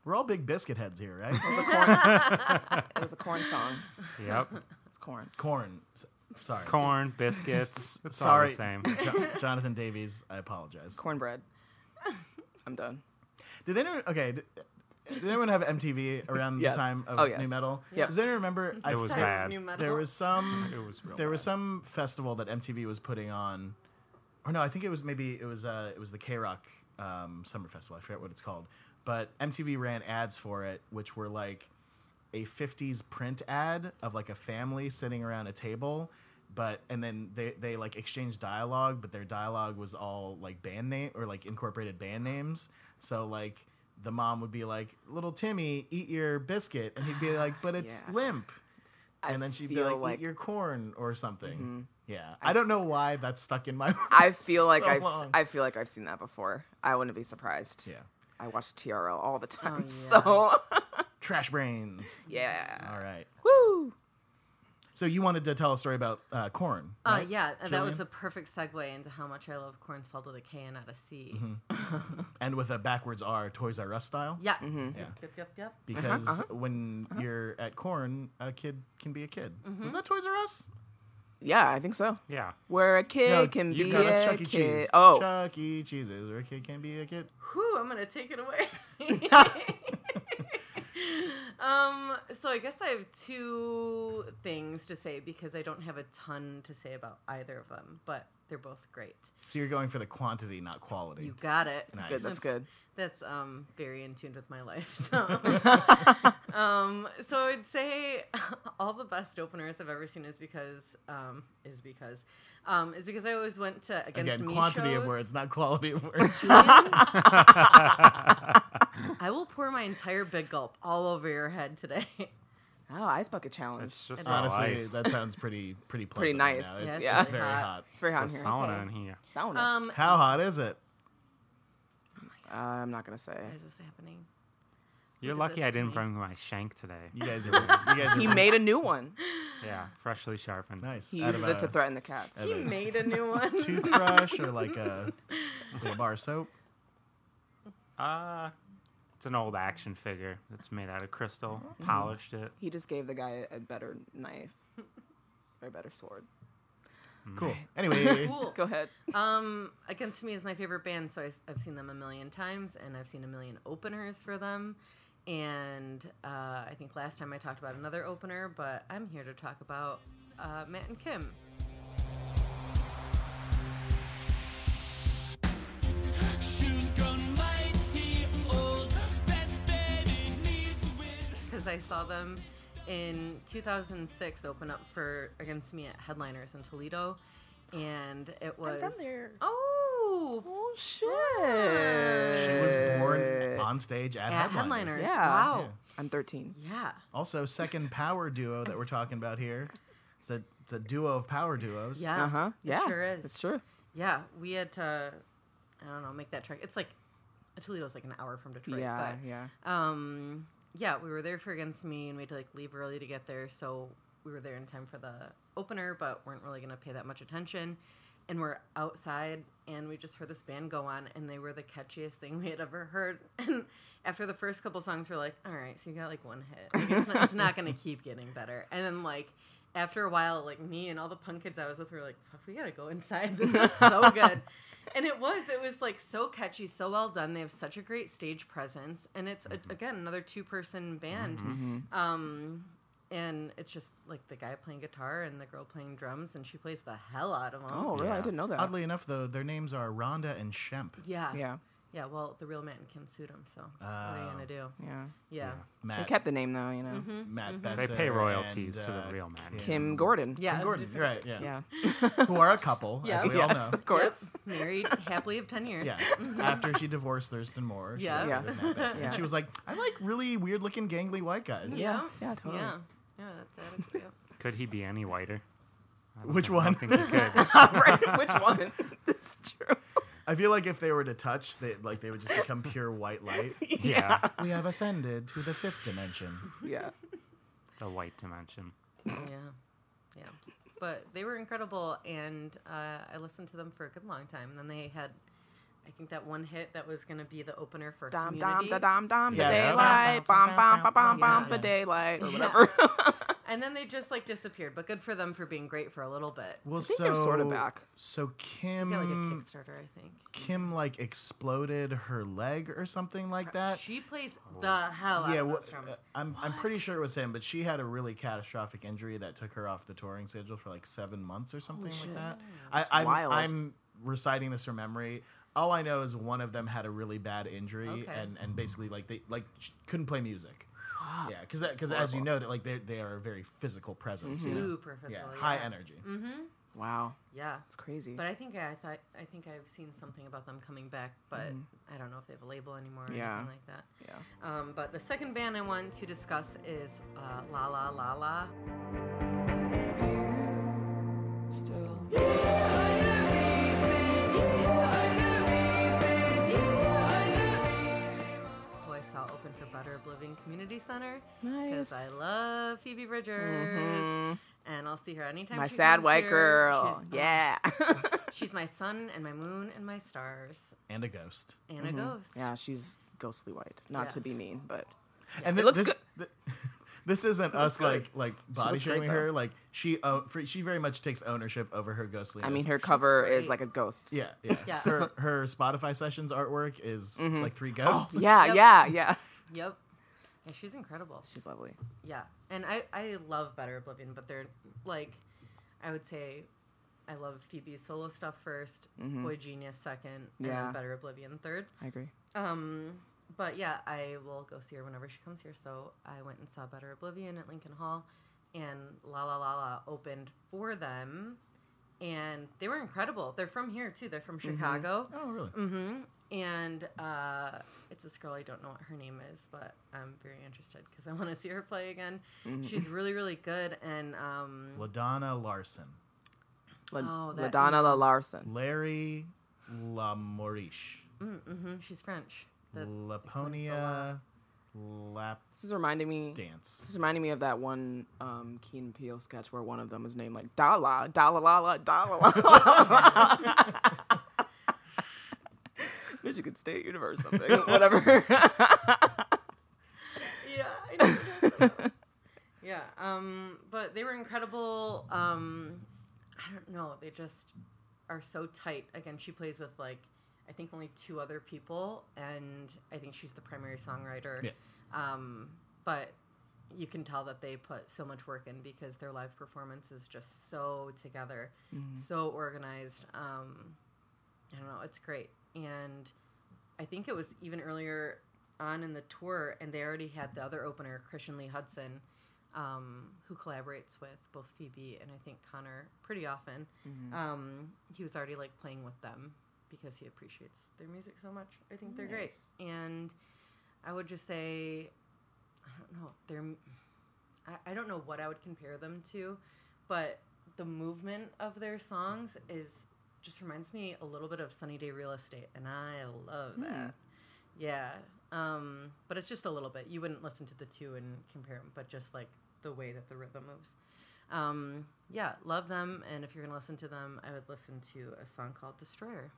Speaker 1: We're all big biscuit heads here, right?
Speaker 2: it was a corn song.
Speaker 3: Yep.
Speaker 2: It's corn.
Speaker 1: Corn. S- Sorry.
Speaker 3: Corn, biscuits. It's
Speaker 1: Sorry,
Speaker 3: all the same.
Speaker 1: Jo- Jonathan Davies. I apologize.
Speaker 2: It's cornbread. I'm done.
Speaker 1: Did anyone? Okay. Did, did anyone have MTV around
Speaker 2: Yes.
Speaker 1: the time of
Speaker 2: Oh, yes.
Speaker 1: new metal?
Speaker 2: Yep.
Speaker 1: Does anyone remember? I
Speaker 3: It was
Speaker 1: there,
Speaker 3: bad.
Speaker 4: New metal.
Speaker 1: there was some.
Speaker 3: It was real
Speaker 1: There was
Speaker 3: bad.
Speaker 1: some festival that MTV was putting on, or no, I think it was maybe it was uh, it was the K Rock um, Summer Festival. I forget what it's called, but MTV ran ads for it, which were like a 50s print ad of like a family sitting around a table but and then they they like exchanged dialogue but their dialogue was all like band name or like incorporated band names so like the mom would be like little timmy eat your biscuit and he'd be like but it's
Speaker 2: Yeah.
Speaker 1: limp
Speaker 2: I
Speaker 1: and then she'd be
Speaker 2: feel
Speaker 1: like,
Speaker 2: like-
Speaker 1: eat your corn or something
Speaker 2: Mhm.
Speaker 1: yeah I, don't know why that's stuck in my
Speaker 2: I feel like
Speaker 1: so
Speaker 2: I've
Speaker 1: long.
Speaker 2: I feel like I've seen that before. I wouldn't be surprised.
Speaker 1: yeah Oh,
Speaker 2: I watch TRL all the time.
Speaker 4: yeah.
Speaker 2: So
Speaker 1: trash brains
Speaker 2: yeah.
Speaker 1: all right
Speaker 2: Woo.
Speaker 1: So you wanted to tell a story about uh, corn?
Speaker 4: Uh,
Speaker 1: right,
Speaker 4: yeah, and that was
Speaker 1: Jillian?
Speaker 4: a perfect segue into how much I love corn spelled with a K and not a C.
Speaker 1: and with a backwards R, Toys R Us style.
Speaker 4: Yeah.
Speaker 1: Yeah.
Speaker 4: Yep, yep, yep.
Speaker 1: Because
Speaker 2: uh-huh. Mm-hmm.
Speaker 1: when you're at corn, a kid can be a kid. Was that Toys R Us?
Speaker 2: Yeah, I think so.
Speaker 3: Yeah.
Speaker 2: Where a kid
Speaker 1: No,
Speaker 2: can
Speaker 1: you
Speaker 2: be
Speaker 1: got- that's
Speaker 2: a
Speaker 1: Chuck E.
Speaker 2: kid.
Speaker 1: Cheese.
Speaker 2: Oh,
Speaker 1: Chuck E. Cheese is where a kid can be a kid.
Speaker 4: Whew, I'm gonna take it away. um, so I guess I have two things to say because I don't have a ton to say about either of them, but they're both great.
Speaker 1: So you're going for the quantity, not quality.
Speaker 4: You got it.
Speaker 1: That's
Speaker 2: good. That's good.
Speaker 4: That's um very in tune with my life. So. um, so I'd say all the best openers I've ever seen is because um, is because um, is because I always went to against
Speaker 1: Again,
Speaker 4: me
Speaker 1: quantity
Speaker 4: shows.
Speaker 1: of words, not quality of words.
Speaker 4: I will pour my entire big gulp all over your head today.
Speaker 2: Oh, ice bucket challenge.
Speaker 3: It's just all
Speaker 1: Honestly,
Speaker 3: ice.
Speaker 1: that sounds pretty pretty pleasant.
Speaker 2: Pretty
Speaker 1: right
Speaker 2: nice.
Speaker 1: now. It's,
Speaker 4: Yeah,
Speaker 1: it's
Speaker 4: it's
Speaker 1: very
Speaker 4: really hot.
Speaker 1: hot.
Speaker 2: It's very hot
Speaker 3: It's a
Speaker 2: in here. Okay.
Speaker 3: sauna in here.
Speaker 2: Sauna.
Speaker 4: Um,
Speaker 1: How hot is it?
Speaker 2: uh, I'm not gonna say.
Speaker 4: why is this happening?
Speaker 3: You're
Speaker 4: did
Speaker 3: lucky
Speaker 4: this
Speaker 3: I
Speaker 4: to
Speaker 3: didn't
Speaker 4: me.
Speaker 3: bring my shank today.
Speaker 1: You guys are. You guys are
Speaker 2: He made a new one.
Speaker 3: Yeah, freshly sharpened.
Speaker 1: nice.
Speaker 2: He
Speaker 1: Out of
Speaker 2: uses it
Speaker 1: a
Speaker 2: to threaten the cats.
Speaker 1: out of
Speaker 4: He
Speaker 1: a
Speaker 4: made a new one.
Speaker 1: toothbrush or like a, like a bar of soap.
Speaker 3: Uh, it's an old action figure. It's made out of crystal. Polished it.
Speaker 2: He just gave the guy a better knife or a better sword.
Speaker 3: Hmm.
Speaker 1: Cool. Anyway,
Speaker 4: Cool.
Speaker 2: Go ahead.
Speaker 4: Um, Against Me is my favorite band, so I, have seen them a million times, and I've seen a million openers for them. And uh, I think last time I talked about another opener, but I'm here to talk about uh, Matt and Kim.
Speaker 5: Shoes grown mighty old, bed faded knees with.
Speaker 4: because I saw them in 2006 open up for Against Me at Headliners in Toledo, and it was.
Speaker 2: there.
Speaker 4: Oh,
Speaker 2: Oh shit!
Speaker 1: she was born on stage at,
Speaker 4: at
Speaker 1: Headliners.
Speaker 4: Headliners!
Speaker 2: Yeah.
Speaker 4: Wow.
Speaker 2: I'm 13.
Speaker 4: Yeah.
Speaker 1: Also, second power duo that we're talking about here. It's a, it's a duo of power duos.
Speaker 4: Yeah.
Speaker 2: Uh huh.
Speaker 4: It
Speaker 2: Yeah,
Speaker 4: Sure is.
Speaker 2: It's true.
Speaker 4: Yeah, we had to. I don't know. Make that trek. It's like Toledo's like an hour from Detroit.
Speaker 2: yeah,
Speaker 4: but
Speaker 2: yeah.
Speaker 4: Um, yeah, we were there for Against Me, and we had to like leave early to get there, so we were there in time for the opener, but weren't really going to pay that much attention. And we're outside, and we just heard this band go on, and they were the catchiest thing we had ever heard. And after the first couple songs, we're like, "All right, so you got like one hit. Like, it's not, it's not going to keep getting better." And then like. After a while, like me and all the punk kids I was with were like, Fuck, we gotta go inside. This is so good. And it was, it was like so catchy, so well done. They have such a great stage presence, and it's
Speaker 2: Mm-hmm.
Speaker 4: a, again another two-person band. Um, and it's just like the guy playing guitar and the girl playing drums, and she plays the hell out of them.
Speaker 2: Oh, really? I
Speaker 3: Yeah.
Speaker 2: didn't know that.
Speaker 1: Oddly enough, though, their names are Rhonda and Shemp.
Speaker 4: yeah,
Speaker 2: Yeah, Ah.
Speaker 4: yeah. Well, the real Matt and Kim sued him, so what are
Speaker 1: Oh.
Speaker 4: you gonna do?
Speaker 2: yeah.
Speaker 4: Yeah,
Speaker 2: They
Speaker 1: Matt,
Speaker 2: kept the name though, you know.
Speaker 4: Mm-hmm.
Speaker 1: Matt
Speaker 3: They
Speaker 1: Besser
Speaker 3: pay royalties
Speaker 1: and,
Speaker 3: to the
Speaker 1: uh,
Speaker 3: real man.
Speaker 1: yeah.
Speaker 2: Kim Gordon.
Speaker 4: yeah. I was
Speaker 1: Gordon,
Speaker 4: just-
Speaker 1: you're right. Yeah.
Speaker 2: Yeah.
Speaker 1: Who are a couple,
Speaker 4: Yeah.
Speaker 1: as we all
Speaker 2: Yes,
Speaker 1: know.
Speaker 2: of course.
Speaker 4: Yep. Married happily of ten years. Mm-hmm.
Speaker 1: Yeah. After she divorced Thurston Moore, she
Speaker 4: Yeah.
Speaker 1: was
Speaker 2: Yeah.
Speaker 1: with Matt Besser.
Speaker 2: Yeah.
Speaker 1: And she was like, I like really weird looking gangly white guys.
Speaker 2: Yeah. Yeah, totally.
Speaker 4: Yeah. Yeah, that's adequate. yeah.
Speaker 3: Could he be any whiter? I don't
Speaker 1: Which
Speaker 3: think- I
Speaker 1: one?
Speaker 3: don't think he could.
Speaker 2: right. Which one? That's true.
Speaker 1: I feel like if they were to touch, they like they would just become pure white light.
Speaker 3: Yeah,
Speaker 1: we have ascended to the fifth dimension.
Speaker 2: Yeah.
Speaker 3: the white dimension.
Speaker 4: yeah, yeah. But they were incredible, and uh, I listened to them for a good long time. And then they had, I think that one hit that was going to be the opener for
Speaker 2: Dom dom
Speaker 4: Community.
Speaker 2: da dom dom
Speaker 1: Yeah.
Speaker 2: the daylight. Bomb bomb ba bomb bomb the
Speaker 1: Yeah.
Speaker 2: daylight or
Speaker 4: Yeah.
Speaker 2: whatever.
Speaker 4: And then they just like disappeared. But good for them for being great for a little bit.
Speaker 1: Well,
Speaker 2: think
Speaker 1: so
Speaker 2: they're sorta back.
Speaker 1: So
Speaker 4: Yeah, like a
Speaker 2: Mm.
Speaker 1: Kim,
Speaker 4: Kickstarter, I think.
Speaker 1: Kim like exploded her leg or something like that.
Speaker 4: She plays the hell out
Speaker 1: yeah,
Speaker 4: of
Speaker 1: well, uh,
Speaker 4: those drums.
Speaker 1: I'm I'm pretty sure it was him, but she had a really catastrophic injury that took her off the touring schedule for like seven months or something like
Speaker 2: shit.
Speaker 1: that. I, I'm
Speaker 2: wild.
Speaker 1: I'm reciting this from memory. All I know is one of them had a really bad injury
Speaker 4: Okay.
Speaker 1: and, and basically like they like sh- couldn't play music. Yeah, because because as you know, that like they they are a very physical presence.
Speaker 2: Mm-hmm.
Speaker 1: you know?
Speaker 4: Super physical.
Speaker 1: Yeah, high energy.
Speaker 4: Mm-hmm.
Speaker 2: Wow.
Speaker 4: Yeah.
Speaker 2: It's crazy.
Speaker 4: But I think I thought I think I've seen something about them coming back, but I don't know if they have a label anymore or
Speaker 2: Mm. Yeah.
Speaker 4: anything like that.
Speaker 2: Yeah.
Speaker 4: Um, but the second band I want to discuss is uh, La La La La. Who I saw open for Better Oblivion Community Center because I
Speaker 2: Nice.
Speaker 4: love Phoebe Bridgers and I'll see her anytime.
Speaker 2: Mm-hmm. My
Speaker 4: she
Speaker 2: sad
Speaker 4: comes
Speaker 2: white
Speaker 4: here.
Speaker 2: girl.
Speaker 4: She's-
Speaker 2: yeah.
Speaker 4: She's my sun and my moon and my stars
Speaker 1: and a ghost.
Speaker 4: and
Speaker 2: Mhm.
Speaker 4: a ghost.
Speaker 2: Yeah, she's ghostly white. Not
Speaker 4: Yeah.
Speaker 2: to be mean, but
Speaker 1: And
Speaker 2: It
Speaker 1: thi-
Speaker 2: looks
Speaker 1: this,
Speaker 2: good.
Speaker 1: thi- this isn't us
Speaker 2: good.
Speaker 1: like like body
Speaker 2: looks great,
Speaker 1: shaming
Speaker 2: though.
Speaker 1: her. Like she uh, fr- she very much takes ownership over her ghostliness.
Speaker 2: I mean, her cover is
Speaker 4: great.
Speaker 2: like a ghost.
Speaker 1: yeah, yeah.
Speaker 4: Yeah.
Speaker 1: Her her Spotify sessions artwork is
Speaker 2: Mhm.
Speaker 1: like three
Speaker 2: Oh,
Speaker 1: ghosts.
Speaker 2: yeah,
Speaker 4: Yep.
Speaker 2: yeah, yeah.
Speaker 4: Yep. Yeah, she's incredible.
Speaker 2: She's lovely.
Speaker 4: Yeah, and I I love Better Oblivion, but they're like, I would say, I love Phoebe's solo stuff 1st
Speaker 2: Mhm.
Speaker 4: Boy Genius second, and
Speaker 2: Yeah.
Speaker 4: then Better Oblivion third.
Speaker 2: I agree.
Speaker 4: Um, but yeah, I will go see her whenever she comes here. So I went and saw Better Oblivion at Lincoln Hall, and La La La La opened for them, and they were incredible. They're from here too. They're from Chicago.
Speaker 1: Oh really?
Speaker 4: Mm-hmm. And uh, it's this girl I don't know what her name is, but I'm very interested because I want to see her play again. She's really, really good. And um,
Speaker 1: LaDonna Larson,
Speaker 2: La-
Speaker 4: Oh, that-
Speaker 2: LaDonna La Larson.
Speaker 1: Larry Lamoriche,
Speaker 4: mm, mhm, she's French. That
Speaker 1: Laponia Lap
Speaker 2: This is reminding me. This
Speaker 1: Dance.
Speaker 2: is reminding me of that one um, Key and Peele sketch where one of them is named like Dala, Dala La La, Dala La La. Michigan State University, something, whatever.
Speaker 4: yeah, I know. yeah. Um, but they were incredible. Um, I don't know. They just are so tight. Again, she plays with like I think only two other people, and I think she's the primary songwriter.
Speaker 1: Yeah.
Speaker 4: Um, but you can tell that they put so much work in because their live performance is just so together, so organized. Um, I don't know. It's great, and I think it was even earlier on in the tour, and they already had the other opener, Christian Lee Hudson, um, who collaborates with both Phoebe and I think Connor pretty often. Um, he was already like playing with them because he appreciates their music so much. I think they're great, and I would just say, I don't know, they're. m- I, I don't know what I would compare them to, but the movement of their songs is just reminds me a little bit of Sunny Day Real Estate, and I love that. Yeah. Um, but it's just a little bit. You wouldn't listen to the two and compare them, but just like the way that the rhythm moves. Um, yeah, love them. And if you're going to listen to them, I would listen to a song called Destroyer.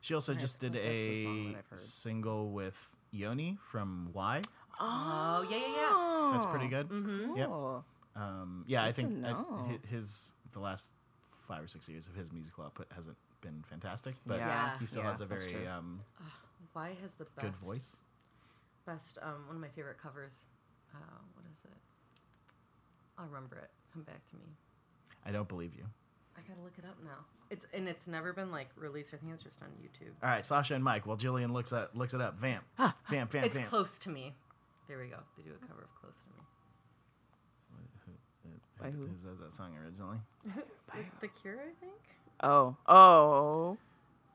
Speaker 1: She also just did
Speaker 2: think that's the song
Speaker 1: a
Speaker 2: that I've heard.
Speaker 1: single with Yoni from Y.
Speaker 4: Oh, yeah, yeah, yeah.
Speaker 1: That's pretty good.
Speaker 4: Mm-hmm.
Speaker 1: Yep.
Speaker 2: Cool.
Speaker 1: Um, yeah, I
Speaker 2: Good to
Speaker 1: think I,
Speaker 2: know.
Speaker 1: hi- his the last five or six years of his musical output hasn't been fantastic, but
Speaker 4: Yeah.
Speaker 1: he still
Speaker 2: Yeah,
Speaker 1: has a
Speaker 2: that's
Speaker 1: very
Speaker 2: true.
Speaker 1: um,
Speaker 4: Why has the best,
Speaker 1: good voice.
Speaker 4: best, um, one of my favorite covers, uh, what is it? I'll remember it. Come back to me.
Speaker 1: I don't believe you.
Speaker 4: I gotta look it up now. It's and it's never been like released. I think it's just on YouTube.
Speaker 1: All right, Sasha and Mike. While Jillian looks at looks it up, vamp, vamp, vamp,
Speaker 4: it's
Speaker 1: vamp.
Speaker 4: close to me. There we go. They do a cover of Close to Me.
Speaker 1: Who,
Speaker 2: By who?
Speaker 1: who says that song originally?
Speaker 4: The Cure, I think.
Speaker 2: Oh, oh.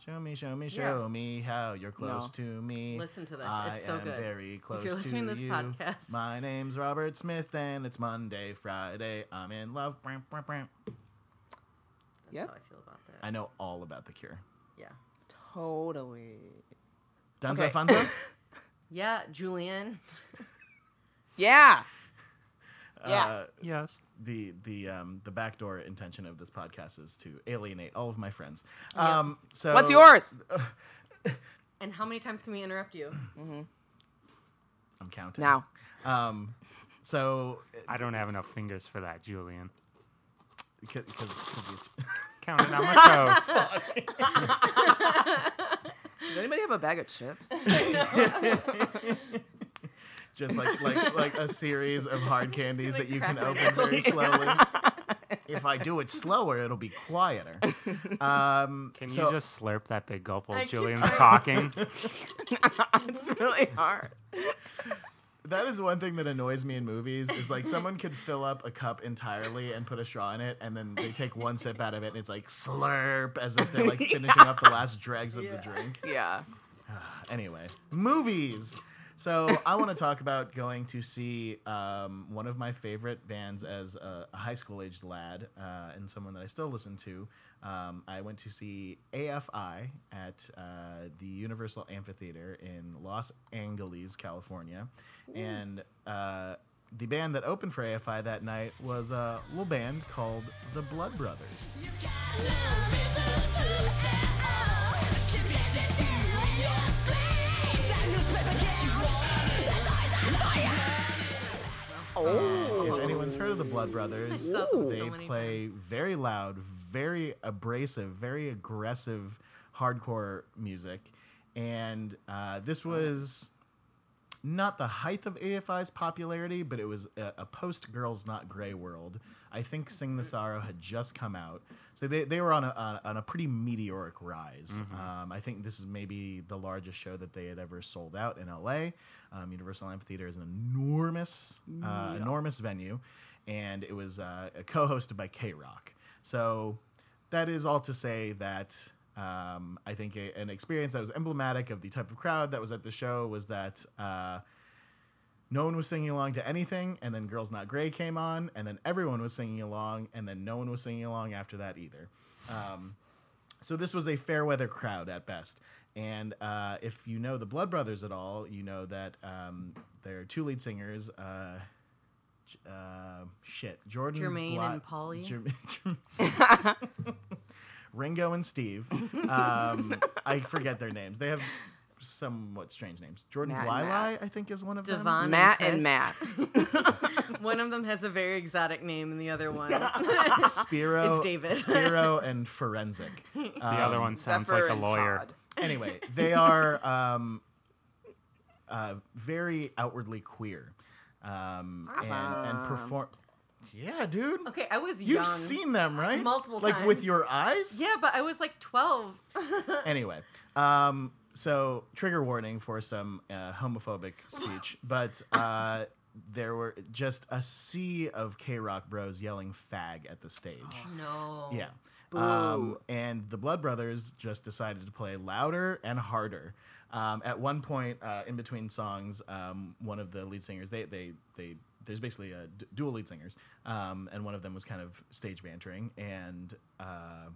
Speaker 1: Show me, show me,
Speaker 4: Yeah.
Speaker 1: show me how you're close
Speaker 2: No.
Speaker 1: to me.
Speaker 4: Listen to this.
Speaker 1: I
Speaker 4: It's so
Speaker 1: am
Speaker 4: good.
Speaker 1: very close
Speaker 4: you're listening
Speaker 1: to
Speaker 4: to this
Speaker 1: you.
Speaker 4: podcast.
Speaker 1: My name's Robert Smith, and it's Monday, Friday. I'm in love. Brum, brum, brum.
Speaker 4: That's
Speaker 2: Yep.
Speaker 4: how I feel about that.
Speaker 1: I know all about the Cure.
Speaker 4: yeah.
Speaker 2: Totally.
Speaker 1: Dunzo
Speaker 2: Okay.
Speaker 1: Funzo.
Speaker 4: Yeah, Julian.
Speaker 2: Yeah. Yeah.
Speaker 1: Uh,
Speaker 3: Yes.
Speaker 1: the the um the backdoor intention of this podcast is to alienate all of my friends.
Speaker 4: Yeah.
Speaker 1: Um, so
Speaker 2: What's yours?
Speaker 4: And how many times can we interrupt you?
Speaker 1: I'm counting
Speaker 2: Now.
Speaker 1: Um, so
Speaker 3: I don't have enough fingers for that, Julian.
Speaker 1: because
Speaker 3: Counting on my toes.
Speaker 2: Does anybody have a bag of chips?
Speaker 1: just like like like a series of hard candies that you can open very slowly. if I do it slower, it'll be quieter. Um,
Speaker 3: Can
Speaker 1: so-
Speaker 3: you just slurp that big gulp
Speaker 4: I
Speaker 3: while
Speaker 4: keep
Speaker 3: Julian's
Speaker 4: trying.
Speaker 3: talking?
Speaker 2: it's really hard.
Speaker 1: That is one thing that annoys me in movies is like someone could fill up a cup entirely and put a straw in it, and then they take one sip out of it, and it's like slurp as if they're like finishing up the last dregs of the
Speaker 4: Yeah.
Speaker 1: drink.
Speaker 2: Yeah.
Speaker 1: Anyway, movies. So I want to talk about going to see um, one of my favorite bands as a, a high school aged lad uh, and someone that I still listen to. Um, I went to see AFI at uh, the Universal Amphitheater in Los Angeles, California, and uh, the band that opened for AFI that night was a little band called the Blood Brothers.
Speaker 4: Oh.
Speaker 1: If anyone's heard of the Blood Brothers,
Speaker 4: It's up so
Speaker 1: they
Speaker 4: many
Speaker 1: play very loud, very abrasive, very aggressive hardcore music. And uh, this was not the height of AFI's popularity, but it was a, a post Girls Not Grey world. I think Sing the Sorrow had just come out. So they, they were on a, on a- on a pretty meteoric rise. Um, I think this is maybe the largest show that they had ever sold out in LA. Um, Universal Amphitheater is an enormous, uh, enormous venue, and it was uh, co hosted by K Rock. So that is all to say that um, I think a, an experience that was emblematic of the type of crowd that was at the show was that uh, no one was singing along to anything, and then Girls Not Grey came on, and then everyone was singing along, and then no one was singing along after that either. Um, so this was a fair weather crowd at best. And uh, if you know the Blood Brothers at all, you know that um, their two lead singers, uh, J- uh, shit, Jordan
Speaker 4: Jermaine
Speaker 1: Bly-
Speaker 4: and Polly?
Speaker 1: Jerm- Jerm- Ringo and Steve. Um, I forget their names. They have somewhat strange names. Jordan
Speaker 2: Matt and
Speaker 1: Blylai,
Speaker 2: Matt.
Speaker 1: I think, is one of
Speaker 4: Devon
Speaker 1: them.
Speaker 4: and
Speaker 2: Matt
Speaker 4: Chris.
Speaker 2: and Matt.
Speaker 4: one of them has a very exotic name, and the other one.
Speaker 1: Spiro,
Speaker 4: It's David.
Speaker 1: Spiro and Forensic.
Speaker 3: The
Speaker 1: Um,
Speaker 3: other one sounds
Speaker 2: Zephyr
Speaker 3: like a
Speaker 2: and
Speaker 3: lawyer.
Speaker 2: Todd.
Speaker 1: anyway, they are um, uh, very outwardly queer. Um, And, and perform. Yeah, dude.
Speaker 4: okay, I was
Speaker 1: You've
Speaker 4: young.
Speaker 1: seen them, right?
Speaker 4: Multiple
Speaker 1: like with
Speaker 4: times.
Speaker 1: your eyes?
Speaker 4: Yeah, but I was like 12.
Speaker 1: anyway, um, so trigger warning for some uh, homophobic speech, but uh, there were just a sea of K Rock bros yelling fag at the stage.
Speaker 4: Oh. no.
Speaker 1: Yeah. Um, and the Blood Brothers just decided to play louder and harder. Um, at one point, uh, in between songs, um, one of the lead singers, they, they, they, there's basically uh, d- dual lead singers, um, and one of them was kind of stage bantering, and uh,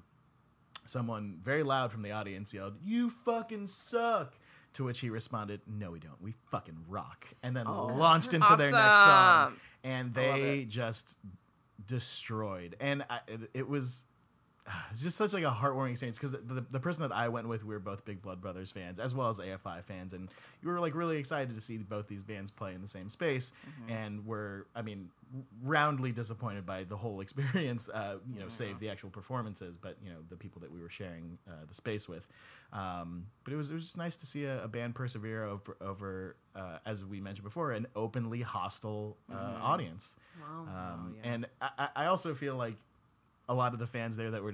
Speaker 1: someone very loud from the audience yelled, "You fucking suck." To which he responded, "No, we don't. We fucking rock." And then launched into their next song,
Speaker 2: Awesome.
Speaker 1: and they just destroyed. And I, it, it was it was just such like a heartwarming experience because the, the, the person that I went with, we were both big Blood Brothers fans as well as AFI fans, and you were like really excited to see both these bands play in the same space,
Speaker 4: Mm-hmm.
Speaker 1: and were I mean w- roundly disappointed by the whole experience. Uh, you know, save the actual performances, but you know the people that we were sharing uh, the space with. Um, but it was it was just nice to see a, a band persevere over, over uh, as we mentioned before, an openly hostile uh,
Speaker 4: Mm-hmm.
Speaker 1: audience.
Speaker 4: Wow.
Speaker 1: Um, And I, I- I also feel like a lot of the fans there that were,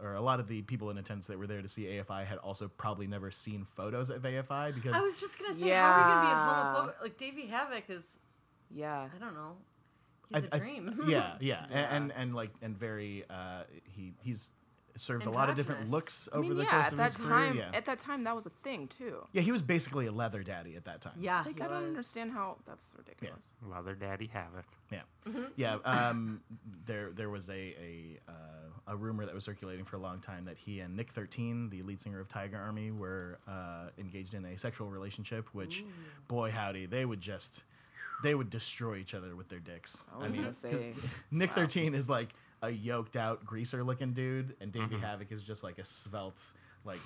Speaker 1: or a lot of the people in attendance that were there to see AFI had also probably never seen photos of AFI because
Speaker 4: I was just going to say, how are we going to
Speaker 2: Yeah.
Speaker 4: be a homophobic? Like, Davey Havoc is,
Speaker 2: yeah.
Speaker 4: I don't know.
Speaker 1: I-
Speaker 4: He's a
Speaker 1: I-
Speaker 4: dream.
Speaker 1: yeah, yeah, a- And, and like and very uh, he he's served a lot of different
Speaker 4: Androgynous.
Speaker 1: looks
Speaker 2: I
Speaker 1: over
Speaker 2: mean,
Speaker 1: the
Speaker 2: yeah,
Speaker 1: course
Speaker 2: at
Speaker 1: of
Speaker 2: that
Speaker 1: his
Speaker 2: time,
Speaker 1: career. Yeah.
Speaker 2: at that time, that was a thing too.
Speaker 1: yeah, he was basically a leather daddy at that time.
Speaker 4: Yeah.
Speaker 2: Like,
Speaker 4: he
Speaker 2: I don't
Speaker 4: was.
Speaker 2: understand how that's ridiculous.
Speaker 3: Leather Daddy Havoc.
Speaker 1: Yeah, yeah. Um, there, there was a a, uh, a rumor that was circulating for a long time that he and Nick Thirteen, the lead singer of Tiger Army, were uh, engaged in a sexual relationship. Which, boy howdy, they would just they would destroy each other with their dicks.
Speaker 2: I was gonna
Speaker 1: 'cause
Speaker 2: say,
Speaker 1: Nick Thirteen is like a yoked out greaser looking dude, and Davey Havoc is just like a svelte like.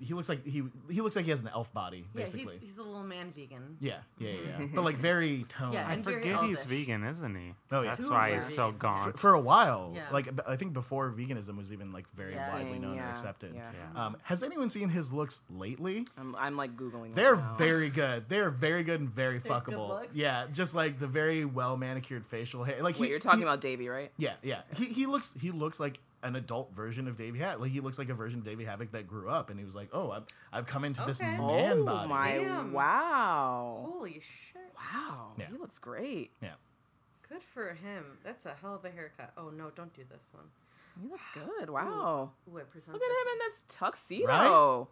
Speaker 1: He looks like he he looks like he has an elf body
Speaker 4: Yeah,
Speaker 1: basically.
Speaker 4: he's, he's a little man vegan.
Speaker 1: Yeah, yeah, yeah, yeah. but like very toned.
Speaker 4: Yeah,
Speaker 3: I
Speaker 4: And very
Speaker 3: forget he's
Speaker 4: elvish.
Speaker 3: vegan, isn't he?
Speaker 1: Oh, yeah.
Speaker 3: That's why
Speaker 4: Super
Speaker 3: he's so
Speaker 1: for,
Speaker 4: vegan.
Speaker 3: gaunt.
Speaker 1: for a while.
Speaker 4: Yeah.
Speaker 1: Like b- I think before veganism was even like very
Speaker 4: Yeah.
Speaker 1: widely
Speaker 2: Thing,
Speaker 1: known or
Speaker 2: yeah,
Speaker 1: accepted.
Speaker 2: yeah.
Speaker 3: Yeah.
Speaker 1: Um, has anyone seen his looks lately?
Speaker 2: I'm, I'm like googling.
Speaker 1: They're
Speaker 2: right now.
Speaker 1: very good. They're very good and very
Speaker 4: They're good
Speaker 1: fuckable.
Speaker 4: looks?
Speaker 1: Yeah, just like the very well manicured facial hair. Like
Speaker 2: Wait,
Speaker 1: he-
Speaker 2: you're talking
Speaker 1: he-
Speaker 2: about Davey, right?
Speaker 1: Yeah, yeah. He he looks he looks like an adult version of Davey Havoc. Like he looks like a version of Davey Havoc that grew up and he was like, oh, I've, I've come into this
Speaker 4: Okay.
Speaker 1: man
Speaker 2: oh
Speaker 1: body.
Speaker 2: my!
Speaker 4: Damn.
Speaker 2: Wow!
Speaker 4: Holy shit.
Speaker 2: Wow!
Speaker 1: Yeah.
Speaker 2: He looks great.
Speaker 1: Yeah.
Speaker 4: Good for him. That's a hell of a haircut. Oh, no, don't do this one.
Speaker 2: He looks good. Wow!
Speaker 4: Ooh, I present
Speaker 2: Look at him in this tuxedo.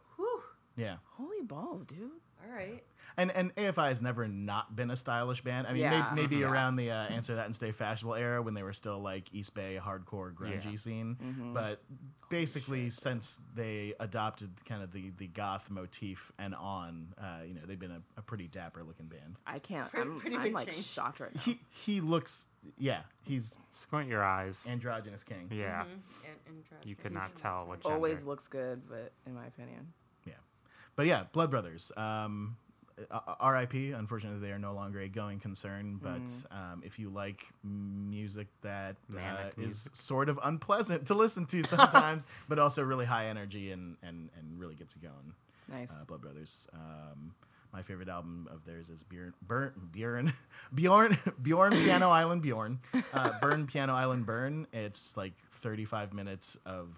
Speaker 1: Yeah.
Speaker 2: Holy balls, dude!
Speaker 4: All right.
Speaker 1: And and AFI has never not been a stylish band. I mean, may-
Speaker 2: Yeah.
Speaker 1: maybe
Speaker 2: Mhm.
Speaker 1: around the uh, answer that and stay fashionable era when they were still like East Bay hardcore grungy
Speaker 3: Yeah.
Speaker 1: scene.
Speaker 2: Mhm.
Speaker 1: But basically, since they adopted kind of the, the goth motif and on, uh, you know, they've been a, a pretty dapper looking band.
Speaker 2: I can't.
Speaker 4: Pretty-
Speaker 2: I'm,
Speaker 4: pretty
Speaker 2: I'm
Speaker 4: big
Speaker 2: like
Speaker 4: change.
Speaker 2: shocked right now.
Speaker 1: He he looks yeah he's
Speaker 3: Squint your eyes.
Speaker 1: androgynous king.
Speaker 3: yeah.
Speaker 4: Mhm. And, and drag
Speaker 3: You
Speaker 4: queens.
Speaker 3: could not tell what gender.
Speaker 2: Always looks good, but in my opinion,
Speaker 1: But yeah, Blood Brothers. Um, uh, R.I.P. Unfortunately, they are no longer a going concern. But um, if you like music that uh,
Speaker 3: Mm. Manic
Speaker 1: is
Speaker 3: music.
Speaker 1: sort of unpleasant to listen to sometimes, but also really high energy and and and really gets you going,
Speaker 2: nice.
Speaker 1: uh, Blood Brothers. Um, my favorite album of theirs is Bjorn, Burn, Bjorn, Bjorn, Bjorn Piano Island Bjorn, uh, Burn Piano Island Burn. It's like 35 minutes of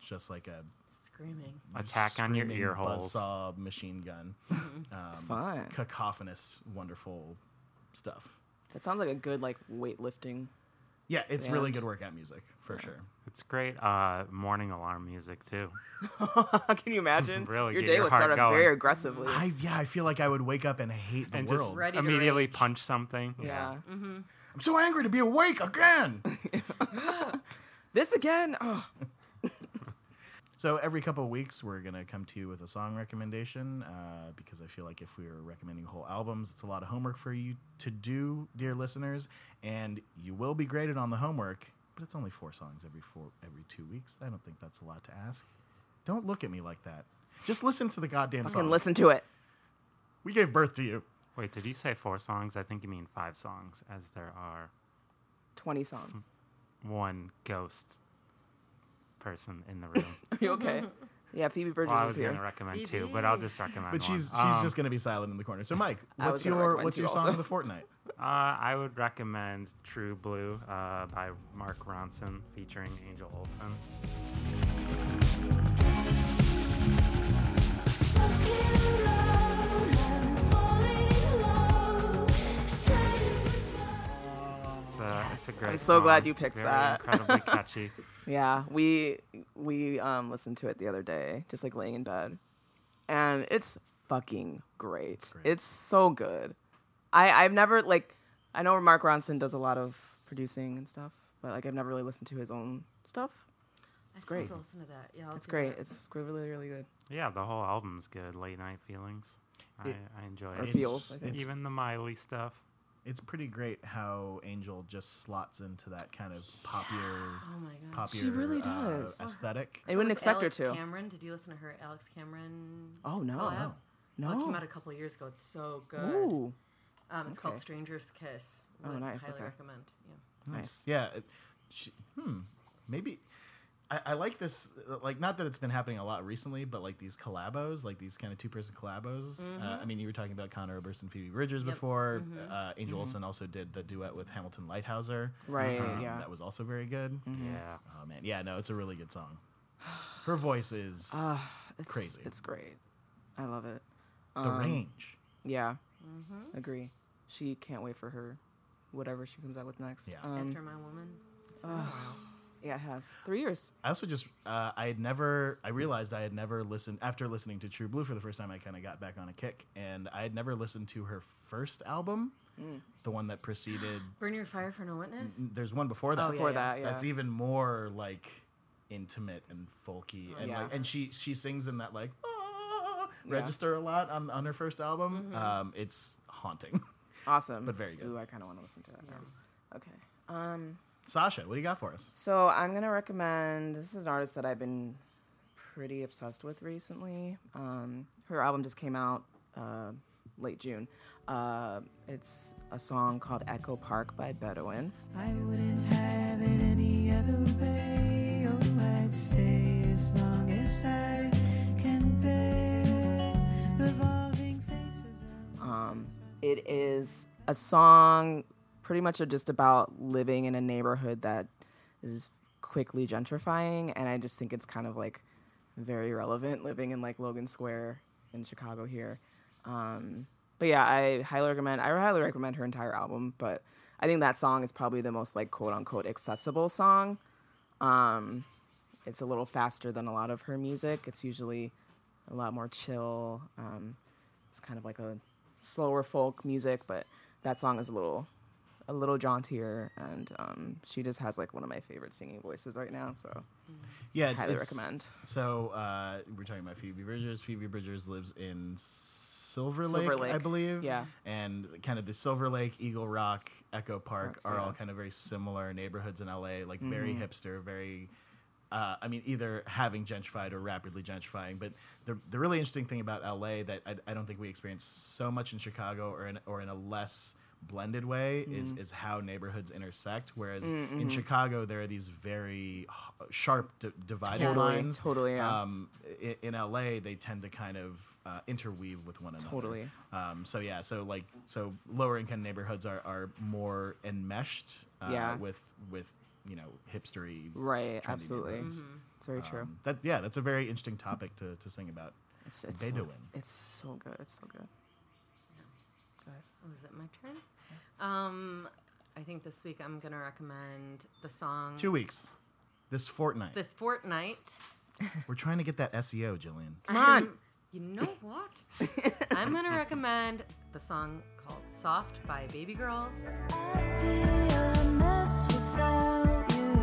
Speaker 1: just like a
Speaker 4: Screaming.
Speaker 3: Attack on your
Speaker 1: mm-hmm. screaming
Speaker 3: ear holes.
Speaker 1: buzzsaw machine gun. Um,
Speaker 2: Fun.
Speaker 1: Cacophonous, wonderful stuff.
Speaker 2: That sounds like a good like weightlifting.
Speaker 1: Yeah, it's really
Speaker 2: Band.
Speaker 1: good workout music for sure.
Speaker 3: It's great uh, morning alarm music too.
Speaker 2: Can you imagine?
Speaker 3: Really
Speaker 2: Your
Speaker 3: get
Speaker 2: day
Speaker 3: your
Speaker 2: would
Speaker 3: heart
Speaker 2: start off
Speaker 3: going.
Speaker 2: very aggressively.
Speaker 1: I yeah, I feel like I would wake up and hate the
Speaker 3: and
Speaker 1: world.
Speaker 3: just
Speaker 4: Ready to
Speaker 3: immediately
Speaker 4: rage.
Speaker 3: punch something.
Speaker 2: yeah.
Speaker 1: I'm so angry to be awake again.
Speaker 2: This again. Oh,
Speaker 1: so every couple of weeks, we're gonna come to you with a song recommendation uh, because I feel like if we were recommending whole albums, it's a lot of homework for you to do, dear listeners, and you will be graded on the homework. But it's only four songs every four every two weeks. I don't think that's a lot to ask. Don't look at me like that. Just listen to the goddamn
Speaker 2: fucking
Speaker 1: song.
Speaker 2: listen to it.
Speaker 1: We gave birth to you.
Speaker 3: Wait, did you say four songs? I think you mean five songs, as there are
Speaker 2: Twenty songs.
Speaker 3: one ghost person in the room.
Speaker 2: Are you okay? Yeah, Phoebe Bridgers
Speaker 3: well, I
Speaker 2: is
Speaker 3: was
Speaker 2: here.
Speaker 3: going to recommend two, but I'll just recommend
Speaker 1: But
Speaker 3: one.
Speaker 1: she's she's
Speaker 3: Um,
Speaker 1: just gonna be silent in the corner. So Mike,
Speaker 2: I
Speaker 1: what's
Speaker 2: was gonna
Speaker 1: your
Speaker 2: recommend
Speaker 1: what's your
Speaker 2: two
Speaker 1: song
Speaker 2: also.
Speaker 1: of the fortnight?
Speaker 3: Uh, I would recommend True Blue uh, by Mark Ronson featuring Angel Olsen. It's a, Uh, it's a great
Speaker 2: I'm so glad
Speaker 3: song,
Speaker 2: you picked
Speaker 3: very
Speaker 2: that.
Speaker 3: incredibly catchy.
Speaker 2: Yeah, we we um listened to it the other day, just like laying in bed, and it's fucking great. It's,
Speaker 1: great.
Speaker 2: so good. I I've never like I know Mark Ronson does a lot of producing and stuff, but like I've never really listened to his own stuff.
Speaker 4: I still
Speaker 2: great.
Speaker 4: have to listen to that. Yeah, I'll
Speaker 2: It's
Speaker 4: do
Speaker 2: great.
Speaker 4: that.
Speaker 2: It's really really good.
Speaker 3: Yeah, the whole album's good. Late Night Feelings.
Speaker 1: It-
Speaker 3: I, I enjoy
Speaker 2: Or
Speaker 3: it.
Speaker 1: It's-
Speaker 2: feels. I think.
Speaker 1: it's-
Speaker 3: Even the Miley stuff.
Speaker 1: It's pretty great how Angel just slots into that kind of popular
Speaker 4: Oh my god.
Speaker 1: popular
Speaker 2: She really
Speaker 1: uh,
Speaker 2: does.
Speaker 1: aesthetic.
Speaker 2: I wouldn't
Speaker 4: With
Speaker 2: expect
Speaker 4: Alex
Speaker 2: her to.
Speaker 4: Cameron, did you listen to her Alex Cameron?
Speaker 2: Oh no,
Speaker 4: collab?
Speaker 2: no.
Speaker 4: Well, it came out a couple of years ago. It's so good.
Speaker 2: Ooh,
Speaker 4: Um, it's called
Speaker 2: okay.
Speaker 4: Stranger's Kiss.
Speaker 2: Oh,
Speaker 4: Would
Speaker 2: nice,
Speaker 4: Highly
Speaker 2: okay.
Speaker 4: recommend. Yeah.
Speaker 2: nice.
Speaker 1: Yeah, it- she, hmm, maybe. I, I like this, uh, like not that it's been happening a lot recently, but like these collabos, like these kind of two-person collabos.
Speaker 2: Mm-hmm.
Speaker 1: Uh, I mean, you were talking about Conor Oberst and Phoebe Bridgers
Speaker 4: Yep.
Speaker 1: before. Uh, Angel
Speaker 2: Mm-hmm.
Speaker 1: Olsen also did the duet with Hamilton Lighthouser.
Speaker 2: Right,
Speaker 1: Um,
Speaker 2: yeah.
Speaker 1: That was also very good.
Speaker 2: Mm-hmm.
Speaker 3: Yeah.
Speaker 1: Oh man, yeah, no, it's a really good song. Her voice is
Speaker 2: Ah, it's
Speaker 1: Crazy.
Speaker 2: It's great. I love it.
Speaker 1: the
Speaker 2: um,
Speaker 1: range.
Speaker 2: Yeah,
Speaker 4: Mm-hmm.
Speaker 2: agree. She can't wait for her, whatever she comes out with next.
Speaker 1: Yeah.
Speaker 2: Um,
Speaker 4: After My Woman. It's been a
Speaker 2: Ugh.
Speaker 4: while.
Speaker 2: Yeah, it has. Three years.
Speaker 1: I also just uh, I had never I realized I had never listened after listening to True Blue for the first time. I kind of got back on a kick, and I had never listened to her first album,
Speaker 2: Mm.
Speaker 1: the one that preceded.
Speaker 4: Burn Your Fire for No Witness?
Speaker 1: n- There's one before that.
Speaker 4: Oh,
Speaker 2: Before
Speaker 4: yeah.
Speaker 2: that, yeah.
Speaker 1: That's even more like intimate and folky, and
Speaker 2: Oh, yeah.
Speaker 1: like and she she sings in that like "Ah,"
Speaker 2: Yeah. Mm-hmm.
Speaker 1: register a lot on on her first album. Um, it's haunting.
Speaker 2: awesome.
Speaker 1: but very good.
Speaker 2: Ooh, I kind of want to listen to that now. Okay. Um,
Speaker 1: Sasha, what do you got for us?
Speaker 2: so I'm going to recommend this is an artist that I've been pretty obsessed with recently. Um, her album just came out uh, late June. Uh, it's a song called Echo Park by Bedouin.
Speaker 6: I wouldn't have it any other way. Oh, I'd stay as long as I can bear. Revolving faces. of-
Speaker 2: Um, it is a song pretty much just about living in a neighborhood that is quickly gentrifying, and I just think it's kind of like very relevant living in like Logan Square in Chicago here. Um, but yeah, I highly recommend. I highly recommend her entire album, but I think that song is probably the most like quote unquote accessible song. Um, it's a little faster than a lot of her music. It's usually a lot more chill. Um, It's kind of like a slower folk music, but that song is a little a little jauntier, and um, she just has like one of my favorite singing voices right now. So
Speaker 1: Yeah, it's,
Speaker 2: highly
Speaker 1: it's-
Speaker 2: recommend.
Speaker 1: So uh, we're talking about Phoebe Bridgers. Phoebe Bridgers lives in Silver Lake,
Speaker 2: Silver
Speaker 1: I
Speaker 2: Lake,
Speaker 1: believe.
Speaker 2: yeah.
Speaker 1: And kind of the Silver Lake, Eagle Rock, Echo Park
Speaker 2: Park,
Speaker 1: are all
Speaker 2: yeah. Mm-hmm.
Speaker 1: kind of very similar neighborhoods in LA. Like very hipster, very. Uh, I mean, either having gentrified or rapidly gentrifying. But the the really interesting thing about LA that I, I don't think we experience so much in Chicago or in or in a less blended way is
Speaker 2: Mm.
Speaker 1: is how neighborhoods intersect. Whereas
Speaker 2: Mm-hmm.
Speaker 1: in Chicago, there are these very h- sharp d- dividing
Speaker 2: Totally,
Speaker 1: lines.
Speaker 2: totally, yeah.
Speaker 1: Um, i- in LA, they tend to kind of uh, interweave with one another.
Speaker 2: Totally.
Speaker 1: Um, so yeah, so like so lower income neighborhoods are, are more enmeshed. Uh,
Speaker 2: Yeah.
Speaker 1: With with you know hipstery.
Speaker 2: Right,
Speaker 1: trendy
Speaker 2: absolutely.
Speaker 1: neighborhoods.
Speaker 4: Mm-hmm.
Speaker 2: It's very true.
Speaker 1: Um, that yeah, that's a very interesting topic to, to sing about.
Speaker 2: It's, it's
Speaker 1: they
Speaker 2: so,
Speaker 1: doing?
Speaker 2: It's so good. It's so good.
Speaker 4: Was Oh, it my turn? Um, I think this week I'm gonna recommend the song
Speaker 1: Two weeks, this fortnight.
Speaker 4: Mm. This Fortnight.
Speaker 1: We're trying to get that SEO, Jillian.
Speaker 2: Come on.
Speaker 4: I'm- You know what? I'm gonna recommend the song called Soft by Baby Girl.
Speaker 5: I'd be a mess without you.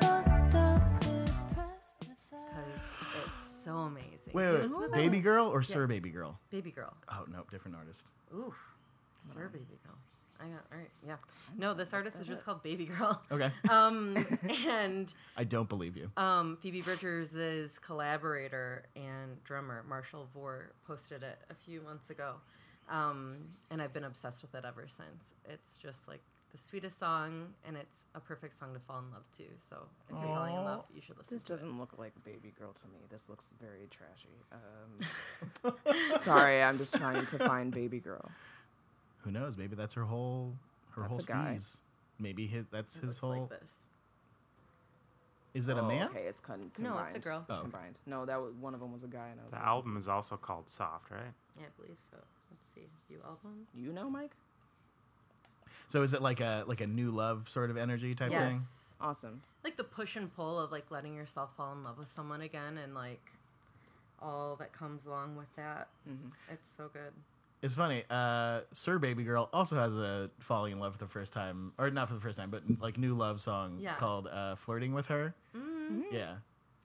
Speaker 5: Fucked up, depressed without.
Speaker 4: because it's so amazing.
Speaker 1: Wait,
Speaker 4: Do
Speaker 1: wait,
Speaker 4: you listen to
Speaker 1: wait.
Speaker 4: that
Speaker 1: baby
Speaker 4: one?
Speaker 1: girl or sir baby girl?
Speaker 4: Baby girl.
Speaker 1: Oh nope, different artist.
Speaker 4: Ooh, sir, baby girl. I got, all right, yeah. No, this artist is just called Baby Girl.
Speaker 1: Okay,
Speaker 4: Um, and
Speaker 1: I don't believe you.
Speaker 4: um, Phoebe Bridgers' collaborator and drummer Marshall Vore posted it a few months ago, um, and I've been obsessed with it ever since. It's just like the sweetest song, and it's a perfect song to fall in love to. So if you're falling in love, you should listen.
Speaker 2: This
Speaker 4: to it.
Speaker 2: doesn't look like baby girl to me. This looks very trashy. Um, sorry, I'm just trying to find baby girl.
Speaker 1: Who knows? Maybe that's her whole her
Speaker 2: That's
Speaker 1: whole
Speaker 2: a guy.
Speaker 1: steez. Maybe his, that's
Speaker 4: It
Speaker 1: his
Speaker 4: looks
Speaker 1: whole.
Speaker 4: Like this.
Speaker 1: Is it a
Speaker 2: Oh,
Speaker 1: man?
Speaker 2: Okay, it's con- combined.
Speaker 4: No, it's a girl.
Speaker 2: It's
Speaker 1: Oh, okay.
Speaker 2: combined. No, that was, one of them was a guy, and I was
Speaker 3: The
Speaker 2: like,
Speaker 3: album is also called Soft, right?
Speaker 4: Yeah, I believe so. Let's see. You album?
Speaker 2: you know, Mike.
Speaker 1: So is it like a like a new love sort of energy type
Speaker 4: yes.
Speaker 1: thing?
Speaker 2: Awesome.
Speaker 4: Like the push and pull of like letting yourself fall in love with someone again and like all that comes along with that.
Speaker 2: Mhm.
Speaker 4: It's so good.
Speaker 1: It's funny. Uh, Sir Baby Girl also has a falling in love for the first time, or not for the first time, but like new love song
Speaker 4: Yeah.
Speaker 1: called uh, "Flirting with Her."
Speaker 4: Mm.
Speaker 1: Yeah,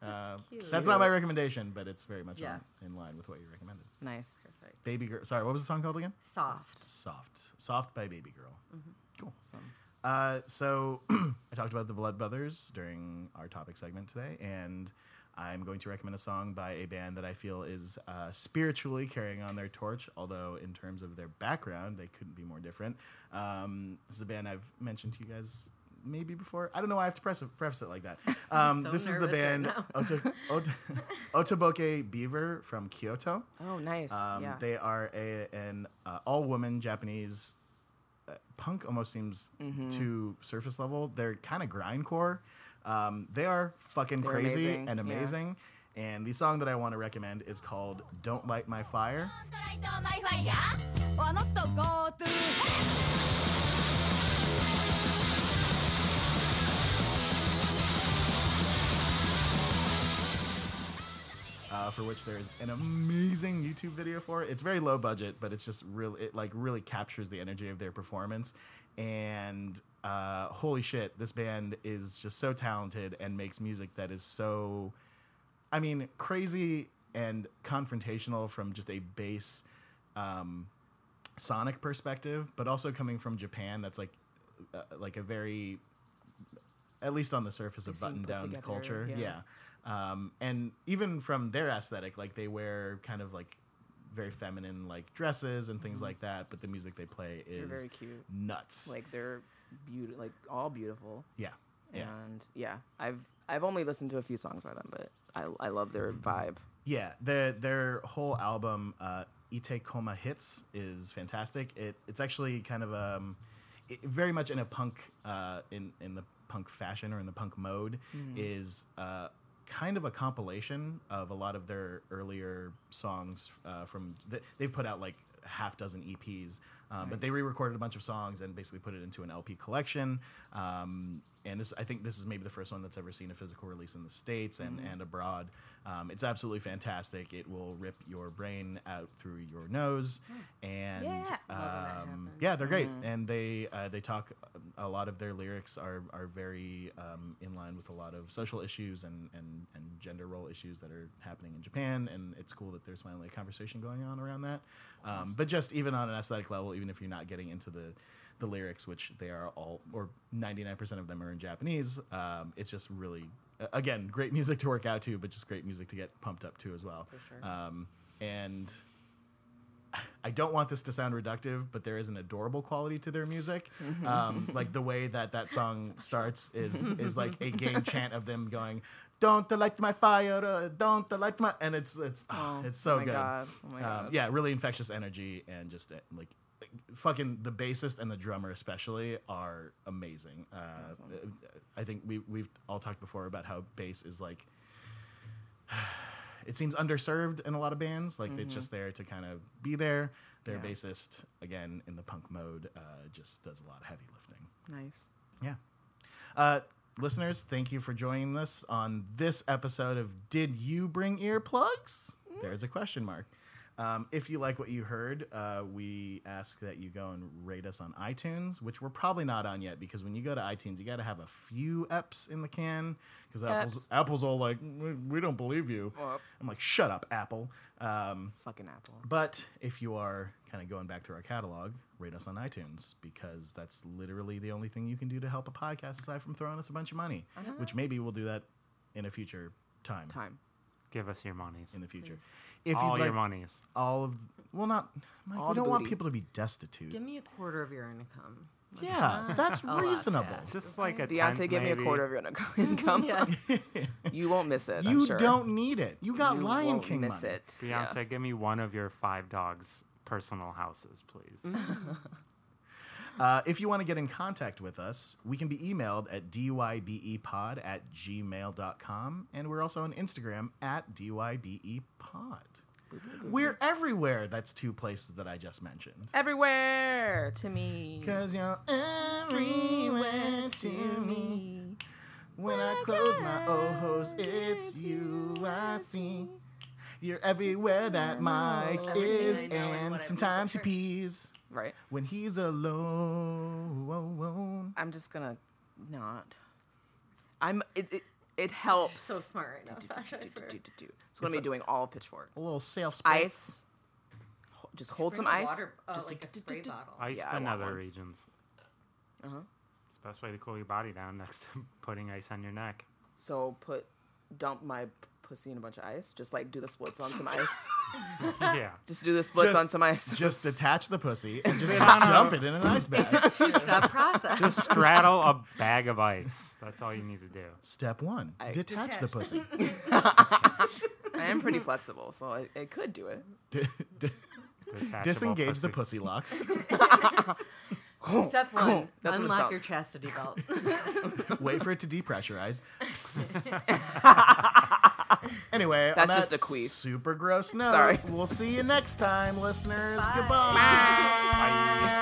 Speaker 1: uh,
Speaker 4: cute.
Speaker 1: that's not my recommendation, but it's very much
Speaker 4: Yeah.
Speaker 1: on, in line with what you recommended.
Speaker 2: Nice.
Speaker 4: Perfect.
Speaker 1: Baby Girl. Sorry, what was the song called again?
Speaker 4: Soft.
Speaker 1: Soft. Soft by Baby Girl.
Speaker 2: Awesome.
Speaker 1: Uh, so I talked about the Blood Brothers during our topic segment today, and I'm going to recommend a song by a band that I feel is uh, spiritually carrying on their torch, although in terms of their background, they couldn't be more different. Um, this is a band I've mentioned to you guys maybe before. I don't know why I have to press it, preface it like that. Um,
Speaker 4: so
Speaker 1: this is the
Speaker 4: nervous right
Speaker 1: band
Speaker 4: now.
Speaker 1: Ota- Ota- Otoboke Beaver from Kyoto.
Speaker 2: Oh, nice.
Speaker 1: Um,
Speaker 2: yeah.
Speaker 1: They are a, an uh, all woman Japanese uh, punk. Almost seems
Speaker 2: Mm-hmm.
Speaker 1: too surface level. They're kind of grindcore. Um, they are fucking
Speaker 2: They're
Speaker 1: crazy
Speaker 2: amazing,
Speaker 1: and
Speaker 2: yeah.
Speaker 1: amazing. And the song that I want to recommend is called "Don't Light My Fire."
Speaker 5: Light on my fire. Why not to go to hell?
Speaker 1: uh, for which there is an amazing YouTube video for. It's very low budget, but it's just really it like really captures the energy of their performance. And uh, holy shit, this band is just so talented and makes music that is so, I mean, crazy and confrontational from just a base um, sonic perspective, but also coming from Japan. That's like uh, like a very at least on the surface, a
Speaker 2: They seem
Speaker 1: button
Speaker 2: put
Speaker 1: down
Speaker 2: together,
Speaker 1: culture. Yeah.
Speaker 2: yeah.
Speaker 1: Um, and even from their aesthetic, like they wear kind of like very feminine like dresses and things like that, but the music they play
Speaker 2: Mm-hmm. they're
Speaker 1: is
Speaker 2: very cute.
Speaker 1: nuts.
Speaker 2: Like they're beautiful. Like all beautiful.
Speaker 1: yeah. Yeah.
Speaker 2: And yeah, I've I've only listened to a few songs by them, but I I love their
Speaker 1: Mm-hmm.
Speaker 2: vibe.
Speaker 1: Yeah, their their whole album uh, Ite Koma Hits is fantastic. It it's actually kind of um, it, very much in a punk uh, in in the punk fashion or in the punk mode is uh, kind of a compilation of a lot of their earlier songs uh, from th- they've put out like half dozen EPs Um, But they re-recorded a bunch of songs and basically put it into an LP collection. Um, and this, I think, this is maybe the first one that's ever seen a physical release in the states and,
Speaker 7: Mm-hmm.
Speaker 1: and abroad. Um, it's absolutely fantastic. It will rip your brain out through your nose, and
Speaker 7: Hmm. Yeah. Love when that
Speaker 1: um,
Speaker 7: happens. Mm-hmm.
Speaker 1: yeah, they're great. And they uh, they talk a lot of their lyrics are are very um, in line with a lot of social issues and, and and gender role issues that are happening in Japan. And it's cool that there's finally a conversation going on around that. Um, But just even on an aesthetic level, even if you're not getting into the the lyrics, which they are all, or 99% of them are in Japanese. Um, it's just really, a- again, great music to work out to, but just great music to get pumped up to as well. Um, and I don't want this to sound reductive, but there is an adorable quality to their music.
Speaker 2: Mm-hmm.
Speaker 1: Um, like the way that that song starts is is like a game chant of them going, "Don't light my fire, uh, don't light my," and it's it's ah,
Speaker 2: Oh,
Speaker 1: it's so
Speaker 2: my
Speaker 1: good.
Speaker 2: God. Oh my
Speaker 1: Um,
Speaker 2: God.
Speaker 1: yeah, really infectious energy and just uh, like fucking the bassist and the drummer especially are amazing. Uh, I think we we've all talked before about how bass is like it seems underserved in a lot of bands. Like it's just there to kind of be there. Their
Speaker 2: Mm-hmm. Yeah.
Speaker 1: bassist, again in the punk mode, uh, just does a lot of heavy lifting.
Speaker 2: Nice.
Speaker 1: Yeah. Uh, listeners, thank you for joining us on this episode of Did You Bring Earplugs? There's a question mark. Um, if you like what you heard, uh, we ask that you go and rate us on iTunes, which we're probably not on yet because when you go to iTunes, you got to have a few eps in the can because Apple's,
Speaker 2: Eps.
Speaker 1: Apple's all like, we, we don't believe you.
Speaker 2: Well,
Speaker 1: I'm like, shut up, Apple. Um,
Speaker 2: fucking Apple.
Speaker 1: but if you are kind of going back through our catalog, rate us on iTunes because that's literally the only thing you can do to help a podcast aside from throwing us a bunch of money, which maybe we'll do that in a future time.
Speaker 2: Uh-huh. Time.
Speaker 3: Give us your monies.
Speaker 1: In the future. If
Speaker 3: All
Speaker 1: you'd
Speaker 3: your
Speaker 1: like-
Speaker 3: monies.
Speaker 1: All of, well, not, Mike,
Speaker 2: All
Speaker 1: we
Speaker 2: the
Speaker 1: don't want
Speaker 2: booty.
Speaker 1: people to be destitute.
Speaker 4: Give me a quarter of your income. Let's
Speaker 1: yeah,
Speaker 4: not-
Speaker 1: that's
Speaker 4: lot,
Speaker 1: reasonable.
Speaker 4: yeah.
Speaker 3: Just like a
Speaker 2: Deontay,
Speaker 3: tenth,
Speaker 2: give me a
Speaker 3: maybe.
Speaker 2: quarter of your income.
Speaker 4: yeah.
Speaker 2: You won't miss it. I'm
Speaker 1: you
Speaker 2: sure.
Speaker 1: don't need it. You got
Speaker 2: You
Speaker 1: Lion
Speaker 2: won't
Speaker 1: King
Speaker 2: miss
Speaker 1: money.
Speaker 2: it. Yeah.
Speaker 3: Beyonce, give me one of your five dogs' personal houses, please.
Speaker 2: Mm-hmm.
Speaker 1: Uh, if you want to get in contact with us, we can be emailed at dybepod E at gmail.com. And we're also on Instagram at dybepod. E We're everywhere. That's two places that I just mentioned.
Speaker 2: Everywhere to me.
Speaker 1: Because you're everywhere to me. When I close my ojos, it's you I see. You're everywhere that Mike
Speaker 4: Everything
Speaker 1: is,
Speaker 4: I know and what I
Speaker 1: and
Speaker 4: do
Speaker 1: sometimes he
Speaker 4: for-
Speaker 1: pees
Speaker 2: Right.
Speaker 1: when he's alone.
Speaker 2: I'm just gonna not. I'm. It, it, it helps.
Speaker 4: So smart right now, Sasha. I swear.
Speaker 2: It's gonna be doing all pitchfork.
Speaker 1: A little self
Speaker 2: Ice. Ho- Just hold
Speaker 4: Bring
Speaker 2: some
Speaker 4: a
Speaker 2: ice.
Speaker 4: water- uh,
Speaker 2: just
Speaker 4: like a spray bottle.
Speaker 3: Iced
Speaker 2: Yeah, I
Speaker 3: in
Speaker 2: want
Speaker 3: other
Speaker 2: one.
Speaker 3: regions.
Speaker 2: Uh-huh.
Speaker 3: It's the best way to cool your body down next to putting ice on your neck.
Speaker 2: So put, dump my p- pussy in a bunch of ice. Just like do the splits on some ice.
Speaker 3: yeah.
Speaker 2: Just do the splits
Speaker 1: Just-
Speaker 2: on some ice.
Speaker 1: Just detach the pussy and just
Speaker 3: on a-
Speaker 1: dump it in an ice bag.
Speaker 4: Just a process.
Speaker 3: Just straddle a bag of ice. That's all you need to do.
Speaker 1: Step one:
Speaker 2: I-
Speaker 1: detach, the
Speaker 4: Detach.
Speaker 1: pussy.
Speaker 2: I am pretty flexible, so I, it could do it.
Speaker 1: D- d-
Speaker 3: Detachable
Speaker 1: disengage the pussy locks.
Speaker 4: Step one:
Speaker 2: Cool. That's what it
Speaker 4: unlock
Speaker 2: sounds.
Speaker 4: your chastity belt.
Speaker 1: Wait for it to depressurize. anyway, on
Speaker 2: That's
Speaker 1: that
Speaker 2: just a queef.
Speaker 1: Super gross. No,
Speaker 2: Sorry.
Speaker 1: we'll see you next time, listeners. Goodbye.
Speaker 3: Bye.